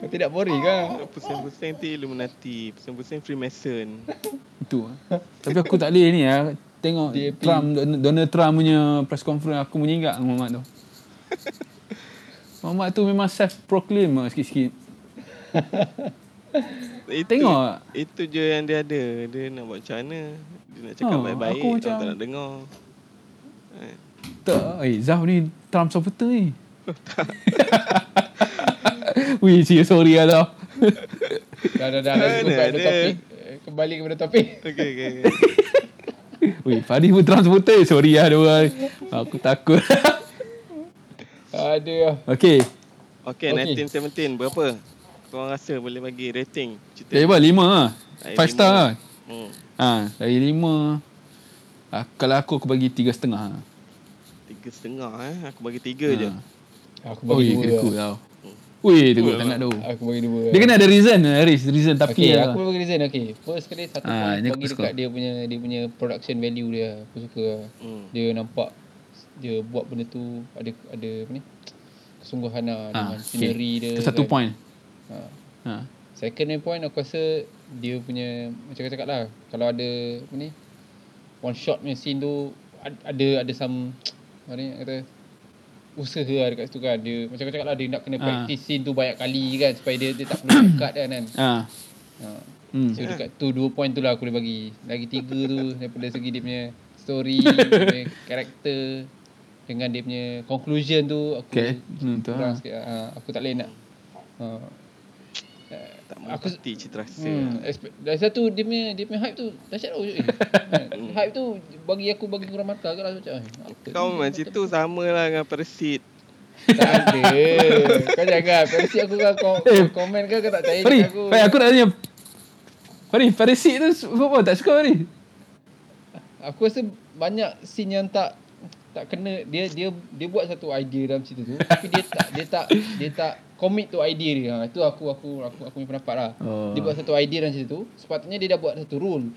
Kau tidak boring kan? pusing-pusing nanti Illuminati, pusing-pusing Freemason. Itu lah. Tapi aku tak boleh ni lah. Tengok DAP. Trump, Don- Donald Trump punya press conference aku meninggal dengan Muhammad tu. Muhammad tu memang self-proclaim lah sikit-sikit. Itu, Tengok. Itu je yang dia ada. Dia nak buat macam mana. Dia nak cakap Oh, baik-baik. aku Aku macam... macam- tak nak dengar. Tak, eh Zaf ni Trump supporter ni. Wih, cia sorry lah tau. Dah dah dah let's go back Mana to ada? topik. Eh, Kembali kepada topik. Okay, okay. Wih, Fadi pun Trump supporter. Sorry lah dia orang. Aku takut. Ada okay, okay, Okey. okay, 1917 berapa? Korang rasa boleh bagi rating cerita? dari apa? Lima lah. Dari Five lima. star lah. Hmm, Ha, dari lima. Ah, kalau aku, aku bagi tiga setengah. lah. tiga setengah eh. Aku bagi tiga ha. je. aku bagi Ui, dua. kekut lah. tau. Ui, teguk sangat tu. Aku bagi dua. Dia kena ada reason, eh, Haris. Reason Okay, tapi lah. aku bagi design okay. First kali satu Ah, point ni aku aku bagi suka. dekat dia punya dia punya production value dia. Aku suka lah. Hmm. Dia nampak dia buat benda tu ada ada apa ni? Kesungguhan lah Ah, dengan okay. scenery dia. Itu satu kan. point. Ah. Ha. Second ni point aku rasa dia punya macam aku cakap lah kalau ada apa ni one shot punya scene tu ad- ada ada some mana ni nak kata usaha lah dekat situ kan dia macam aku cakap lah dia nak kena Ah. practice scene tu banyak kali kan supaya dia dia tak perlu cut kan kan. Ha. Ha. Hmm. So dekat tu dua point tu lah aku boleh bagi. Lagi tiga tu daripada segi dia punya story, dia punya karakter dengan dia punya conclusion tu aku Okay. Hmm, tu kurang lah. sikit. Ha, aku tak boleh nak ha, Tak Aku- mengerti cerita rasa. Hmm, expect, dari satu dia punya dia punya hype tu dahsyat tau. Eh. hype tu bagi aku bagi kurang mata agaklah macam eh. apa Kau ni? memang cerita sama lah dengan Parasit. tak ada. kau jangan versi aku kau, kau, Eh. kau komen ke kau tak percaya Fari, aku. Fari, aku nak tanya. Fari, Parasit tu kau pun tak suka Fari? Aku rasa banyak scene yang tak tak kena dia dia dia buat satu idea dalam cerita tu tapi dia tak dia tak dia tak commit tu idea dia. Ha itu aku aku aku aku punya pendapat lah. Oh. Dia buat satu idea dalam cerita tu, sepatutnya dia dah buat satu rule.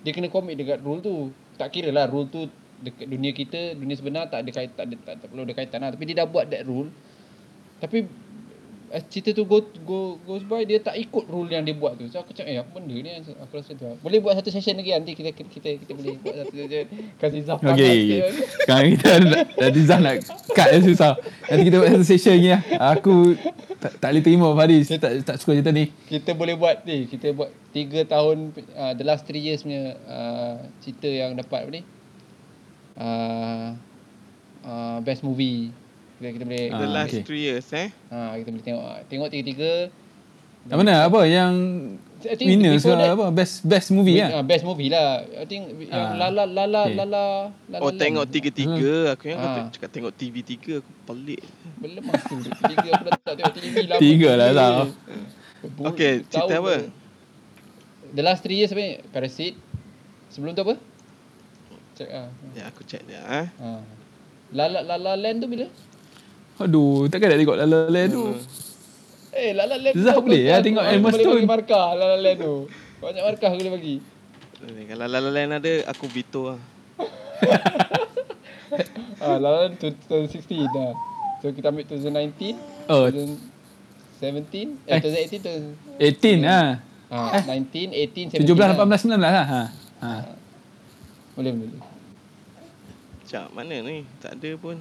Dia kena commit dekat rule tu. Tak kira lah rule tu dekat dunia kita, dunia sebenar tak ada kaitan tak, ada, tak, tak perlu ada kaitan lah tapi dia dah buat that rule. Tapi eh, cerita tu go go goes by dia tak ikut rule yang dia buat tu. So aku cakap eh apa benda ni aku rasa tu. lah. Boleh buat satu session lagi nanti kita kita kita, kita boleh buat satu session kasi Zaf panas sikit Okay. kan. Sekarang kita nak- nanti Zah nak cut yang susah. Nanti kita buat satu session lagi lah. Aku tak, tak boleh terima Faris. Tak, tak suka cerita ni. Kita boleh buat ni, kita buat 3 tahun uh, the last 3 years punya uh, cerita yang dapat apa ni? Uh, uh, best movie. Kita, kita boleh Ah, The last okay. three years eh. Ah. ha, kita boleh tengok tengok tiga-tiga. Yang mana? Apa? Yang I think winners before lah. that- Apa? Best best movie Yeah. lah. best movie lah. I think yang Ah, Lala Lala okay. Lala Lala. Oh tengok tiga-tiga. Aku yang Ah. kata cakap tengok TV tiga. Aku pelik. Belum masa tiga aku dah tak tengok TV lama. Tiga lah, gila. Zaf. Bu- Okey, cerita tahu apa? pun. The last three years apa ni? Parasit. Sebelum tu apa? Check ah. Ya aku check dia ah. Ha. Lala Lala Land tu bila? lah. Aduh, takkan nak tengok Lala Land tu. Eh, Lala Land. tu Zaf aku- boleh lah aku- tengok aku Emma Boleh Stone. bagi markah Lala Land tu. Banyak markah aku boleh bagi. Eh, Kalau La La Land ada, aku veto lah. Ah, Lala Land 2016 dah. ah. So kita ambil 2019, Oh, 2017, eh, Eh. 2018, 2000, 18 lah. ah, 19, 18, 17. 17, lah. 18, 19 lah. Ha. ha. Boleh, boleh. Cak, mana ni? Tak ada pun.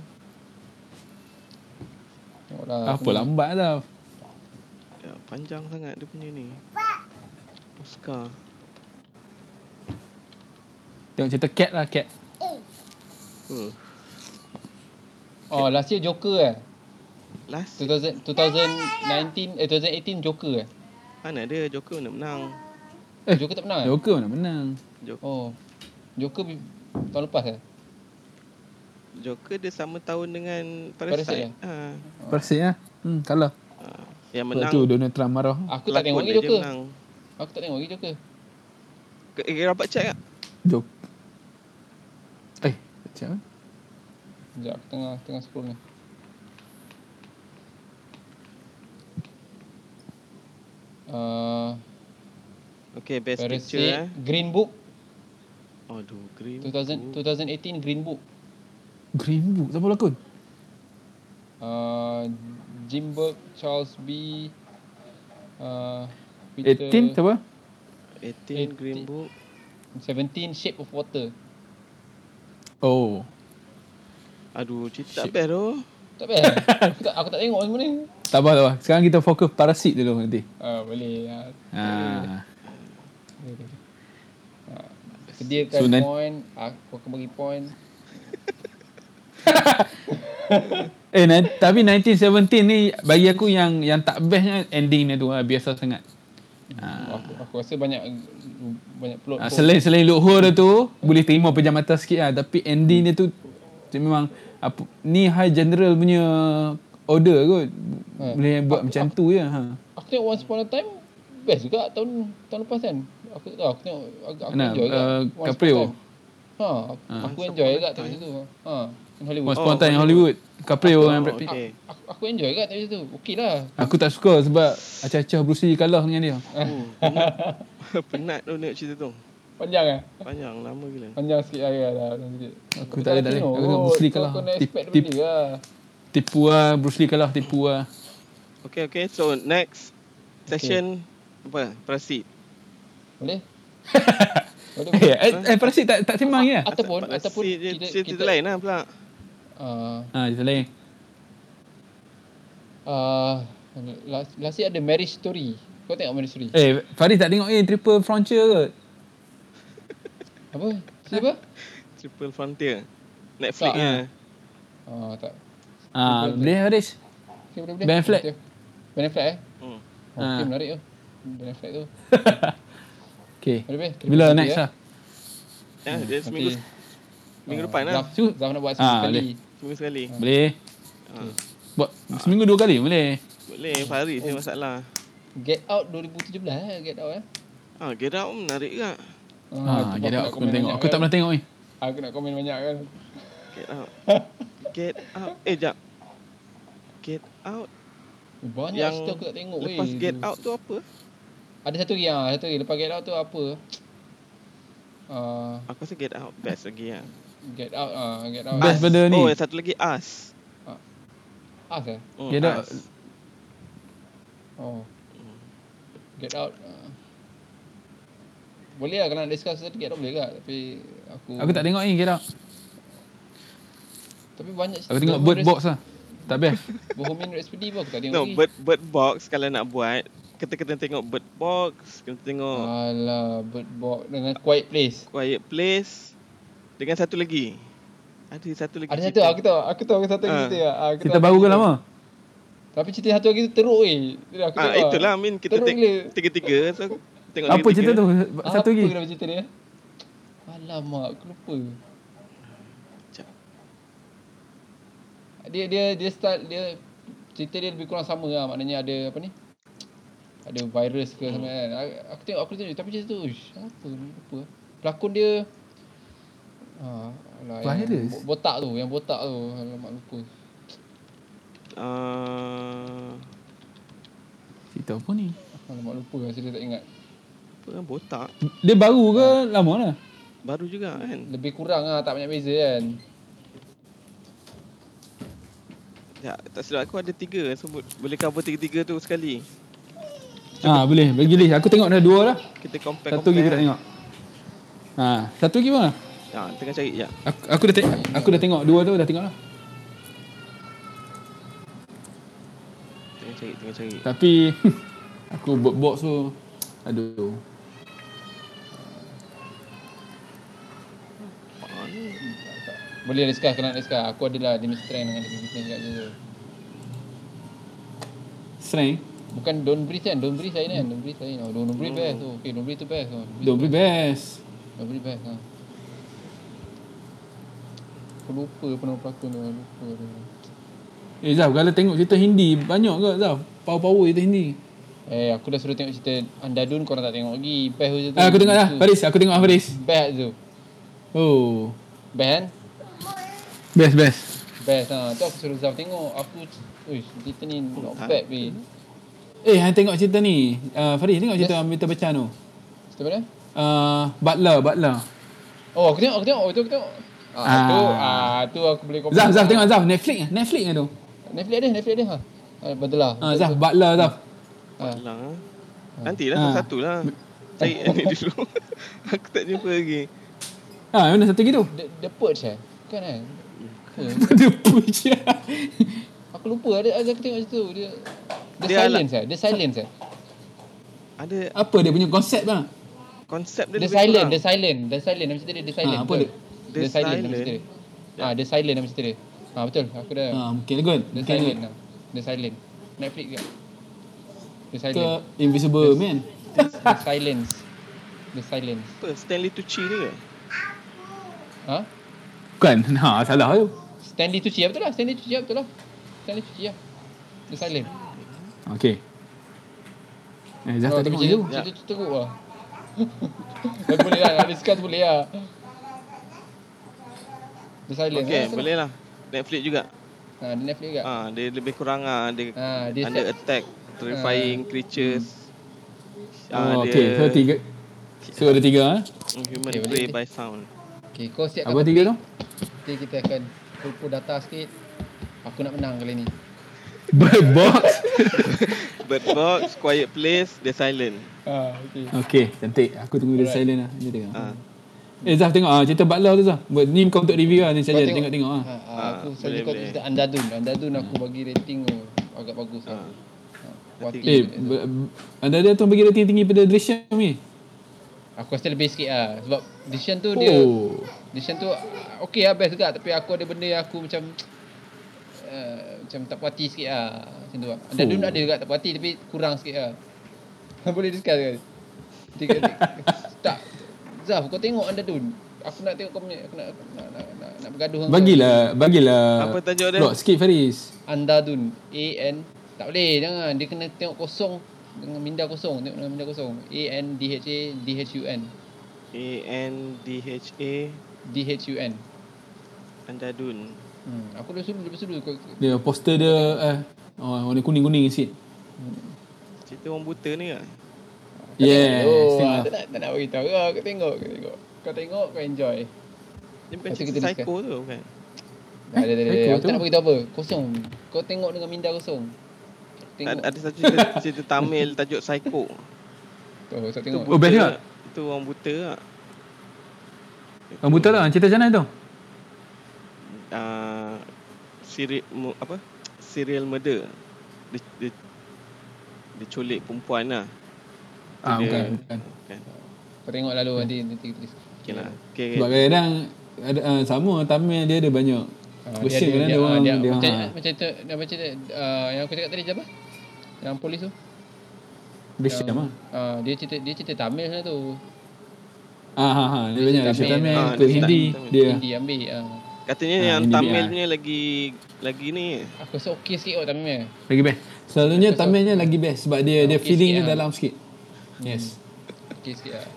Tengoklah. Apa lambat lah. Ya, panjang sangat dia punya ni. Oscar. Tengok cerita Cat lah, Cat. Hmm. Oh, last year Joker eh. Last 2000, 2019 eh 2018 Joker eh. mana ada Joker nak menang. Eh, Joker tak pernah. Eh? Joker mana menang. Joker, Oh. Joker bi- tahun lepas eh. Joker dia sama tahun dengan Parasite, eh? Parasite. Ha. Persik lah. Hmm, kalah. Yang Sebab menang tu Donald Trump marah. Aku Oh, tak tengok pelakon lagi dia je Joker. menang. Aku tak tengok lagi Joker. Ke- Eh, rapat check tak? Jom. Eh, macam mana? Sekejap aku tengah tengah scroll ni. Uh, Okay, best picture eh. Parasite, Green Book Aduh, Green 2000, Book. 2018 Green Book. Green Book, siapa lakon? Uh, Jim Burke, Charles B. Uh, 18 siapa? 18 Green Book. 17 Shape of Water. Oh. Aduh, cerita tak best tu. Tak best. aku tak aku tak tengok semua ni. Tak apa, tak apa. Sekarang kita fokus parasit dulu nanti. Ah boleh. ah, Ha. boleh, boleh. Ah, sediakan So, nan- point, aku akan bagi point. Eh, na- tapi 1917 ni bagi aku yang yang tak bestnya ending dia tu lah. Biasa sangat. Aku, aku rasa banyak banyak plot. Ah, hole. selain selain look hole dia tu boleh terima pejam mata sikit lah tapi ending dia tu dia memang apa ni high general punya order kot. Boleh buat macam tu je ha. Aku tengok Once Upon a Time best juga tahun tahun lepas kan. Aku tak tahu aku tengok aku, aku Mana? enjoy juga. Uh, Once Upon a Caprio? Ah. Time. Ha, aku, aku enjoy juga tengok situ. Ha, in Hollywood. Once upon a time in Hollywood. Caprio dengan Brad Pitt. Okay. Aku, aku enjoy juga tengok situ. lah. Okeylah. Aku tak suka sebab acah-acah Bruce Lee kalah dengan dia. Ah. Eh, Oh, penat. penat tu tengok cerita tu. Panjang eh? Panjang, lama gila. Panjang sikit lah ya lah. panjang sikit. Aku tak ada- tak ada. Tarantino Aku tengok kot. Bruce Lee Kau kalah. kena Tip- expect tip. benda lah. Tipu lah. Bruce Lee kalah. Tipu lah. Okay, okay. So, next session apa? Parasit. Boleh? Boleh? Eh, eh, eh Parasit tak, tak sembang je? Ataupun ataupun Parasit dia kita cerita kita lain lah pula. ah, Ha, cerita lain. ah, last last year ada marriage story. Kau tengok marriage story? Eh, Faris tak tengok eh Triple Frontier ke? Apa? Siapa? Triple Frontier. Netflix Tak. lah. Ah tak. Ha, boleh Faris? Okay, boleh boleh. Ben Affleck. Ben Affleck eh? Hmm. Oh, okay, Ah. menarik tu. Ben Affleck tu. Okay. Boleh boleh. Bila next eh? lah? Ya, dia Hmm, seminggu Ah, minggu depan lah. Zaf, Zaf nak buat Ah, sekali. Seminggu sekali. Ah. Boleh. Ha. Buat seminggu dua kali boleh. Boleh, Faris Oh. ni masalah. Get Out 2017 eh, Get Out eh. Ha, Get Out pun menarik juga. Ha, Ah, tu jadi nak aku komen pernah tengok. banyak Aku tak kan. pernah tengok ni. Aku nak komen banyak kan. Get Out. Get Out. Eh, jap. Get Out. Banyak Yang yang cerita aku tak tengok weh. Lepas Get Out tu apa? Ada satu lagi ah, satu lagi lepas Get Out tu apa? Uh, Aku rasa Get Out best lagi lah. get Out ah, Get Out. Best Us. benda ni. Oh, yang satu lagi Us. Ah, ke? Hmm, Get Out. Us. Oh. Get Out. ah. Boleh lah kalau nak discuss tu Get Out boleh lah tapi aku Aku tak tengok ni kira. Tapi banyak cerita Aku tengok Bird Bohemian Box lah. Tak best. Rhapsody- Bohemian Rhapsody pun aku tak tengok No, lagi. Bird, Bird Box kalau nak buat, kita kena tengok Bird Box, kena tengok Ah. Alah, Bird Box dengan Quiet Place. Quiet Place dengan satu lagi. Ada satu lagi. Ada satu cerita. aku tahu, aku tahu satu lagi Ah. cerita. ah, aku Cerita tahu baru ke cerita. lama? Tapi cerita satu lagi tu teruk weh. Dia Aku Ah, tengok ah. itulah Min kita Teruk tengok gila. tiga-tiga so tengok Apa cerita tu? Satu Apa lagi. kenapa cerita dia? Alamak, aku lupa. Sekejap. Dia dia dia start dia cerita dia lebih kurang sama lah. Maknanya ada apa ni? Ada virus ke sama kan. A- Aku tengok aku tengok tapi cerita tu uish, apa ni lupa. Pelakon dia Ah, alah, yang Virus? bo- botak tu, yang botak tu. Alamak lupa. Ah, Cerita apa ni? Alamak lupa lah saya tak ingat. apa kan botak Dia baru ke lama lah? baru juga kan. Lebih kurang lah tak banyak beza kan. Tak, tak silap aku ada tiga so bo- boleh cover tiga-tiga tu sekali. Ha, boleh. Bagi list. Aku tengok dah dua lah. Kita compare Satu lagi aku tak compare. tengok. Ha, satu lagi mana? Ha, tengah cari ya. Aku, aku dah tengok, aku dah tengok dua tu dah tengok lah. Tengah cari, tengah cari. Tapi aku bird box tu aduh. Boleh Rizka, kena Rizka. Aku adalah demi strength dengan demi business kat situ. Strength. Bukan don't breathe kan, don't breathe lain kan. Don't breathe lain. Oh, don't, don't breathe best tu. Okay, don't breathe tu best. Oh, Don't be best. Don't breathe best. Ha. Aku lupa penuh pelakon tu. Aku Lupa tu. Eh Zaf, kalau tengok cerita Hindi, banyak ke Zaf? Power-power cerita Hindi. Eh, aku dah suruh tengok cerita Andadun, korang tak tengok lagi. Best je tu. Ah, aku tengok lah, Tu. Faris. Aku tengok lah, Faris. Best tu. Oh. Best kan? Best, best. Best ha. Tu aku suruh Zaf tengok. Aku, uish, cerita ni not bad weh. Eh, hang tengok cerita ni. Uh, Faris, tengok cerita yes. Amitabh Bachchan tu. Cerita mana? Uh, Butler, Butler. Oh, aku tengok, aku tengok. Oh, tu aku tengok. Ah, Ah. tu, ah, tu aku boleh komen. Zaf, Zaf tengok Zaf. Netflix eh? Netflix ke tu? Netflix ada, Netflix ada. Ha. Ah, betul lah. Ah, Zaf, Butler Zaf. Ah. Alah. Nantilah Ah. satu-satu lah. Cari ni dulu. aku tak jumpa lagi. Ah, mana satu lagi tu? The, the Purge eh? Bukan eh? Apa? Dia puja. Aku lupa ada ada aku tengok situ. Dia The Dia Silence eh? The Silence eh? Ada Apa dia punya konsep lah? konsep dia The lebih Silent, kurang. The Silent, The Silent nama cerita dia The Silent. Ah, apa betul? dia? The, The Silent nama Silent. Ya. cerita dia. Ah, The Silent nama cerita dia. Ah, betul. Aku dah. Ah, mungkin good. The Mungkin Silent good. tau. The Silent. Netflix juga. The Ke Silent. Invisible Man. The Silence. The Silence. Apa? Stanley Tucci ni ke? Ha? Bukan. Ha, salah tu. Stanley Tucci ya betul lah. Stanley Tucci ya betul lah. Stanley Tucci ya. The Silent. Okay. Eh, Zaf Kalau tak tengok macam tu. tu. Ya. Cerita tu Ah, teruk lah. Tapi boleh lah. Nak discuss tu boleh lah. The Silent. Okay, lah. boleh lah. Netflix juga. Ha, dia Netflix juga. Ah, dia lebih kurang ah dia Ah, dia Ah. under set- attack, terrifying creatures. Hmm. Oh, Ah, okay. So, tiga. So, ada tiga. Eh? Human Okay, boleh prey ni. by sound. Okay, kau siapkan Apa tiga tu? Nanti kita akan kumpul data sikit. Aku nak menang kali ni. Bird Box. Bird Box, Quiet Place, The Silent. Ha, okey. Okay, cantik. Aku tunggu dia Alright. silent lah. Dia tengok. Hmm. Ah, Eh Zaf tengok ah cerita Butler tu Zaf. Buat ni kau untuk review lah ni saja tengok-tengok ah. Ha, ha, Ah, aku saja boleh, kau boleh. cerita Andadun. Andadun aku bagi rating tu agak bagus lah. ah. Ha, Wati. Eh, b- b- ada ada tu bagi rating tinggi pada Drishan ni. Aku rasa lebih sikit lah. Sebab decision tu dia... Oh. Decision tu ah, okay lah best juga. Tapi aku ada benda yang aku macam... Uh, macam tak puas hati sikit lah. Macam tu lah. Andadun Oh. ada juga tak puas hati tapi kurang sikit lah. Boleh discuss kan? Tiga, tak. Zaf kau tengok Andadun. Aku nak tengok kau punya. Aku nak, aku nak, nak, nak, nak bergaduh dengan kau. Bagilah, bagilah. Apa tajuk dia? Plot sikit Faris. Andadun A N tak boleh jangan dia kena tengok kosong dengan minda kosong tengok dengan minda kosong A N D H A D H U N A N D H A D H U N Andadun. hmm. aku dah suruh lepas dulu kau Dia poster dia eh oh, warna kuning-kuning sikit. Cerita orang buta ni ah. Yeah. oh, still ah, lah. tak nak tak nak bagi tahu kau kau tengok kau tengok kau tengok kau enjoy Dia Lepas bukan tu cerita kita psycho tu kan? bukan. tak ada tak ada Eh, aku tak nak bagi tahu apa kosong kau tengok dengan minda kosong tengok Ada, ada satu cerita, cerita Tamil tajuk psycho. oh kau tengok Oh, best juga. Itu orang buta ah. ah. Orang buta lah, cerita macam mana tu? Ah, serial mu- apa? Serial murder. Dia, dia, dia culik perempuan lah. Ah, Dia- bukan, bukan. Bukan. kau tengok lalu nanti nanti kita Okay lah. Okay, Ya. Sebab kan, kadang ada ah, sama Tamil dia ada banyak. Ah, dia Version ada- kan dia- dia ah, orang dia- dia. macam ha. macam tu dia macam tu, ah, yang aku cakap tadi siapa yang polis tu Version Yang- ah. ah, dia cerita dia cerita Tamil lah tu. Ah ha ha, dia banyak version Tamil. Tamil, Ah, ke dia Hindi Tamil. dia. Hindi ambil. ah. Katanya Ah, yang ini Tamil biar. punya lagi lagi ni Aku rasa okey sikit kot Tamil. Lagi best. Selalunya Tamilnya lagi best sebab dia dia Okey feeling sikit dia lah. dalam sikit. Yes. Okey sikit lah.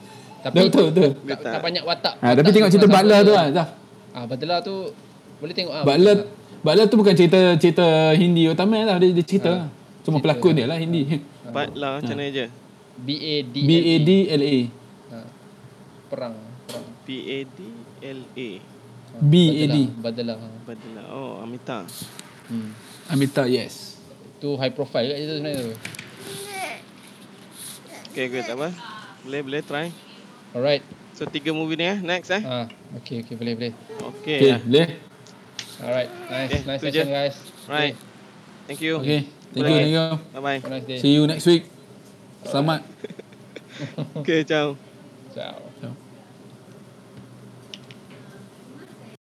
Tapi Betul betul. betul. Tak, tak, banyak watak. Ha, tapi Watak tengok tu cerita sama-sama Butler je. tu lah Zaf. Ah Butler tu boleh tengok ah. Butler Butler tu bukan cerita cerita Hindi atau Tamil lah dia, dia cerita. Ha, Ha, Cuma cerita. pelakon dia lah Ah. Hindi. Part Ah. lah macam mana je B A D E. Ha. B A D L A. Oh, Perang. Perang. P-A-D-L-A Ah, B A D. Butler, Butler. ah. Badala Oh Amita Hmm. lah. Amitabh yes. Tu high profile kat situ sebenarnya tu. Okay good tak apa Boleh boleh try Alright. So tiga movie ni eh Next eh Ah okey okey boleh boleh. Okay, Okay, boleh. Alright. Nice Okay, nice Eh, tu session je. guys. Right Thank you Okay. Thank you, Boleh. thank you. Bye bye Have a nice day. See you next week. Selamat. Okay ciao Ciao.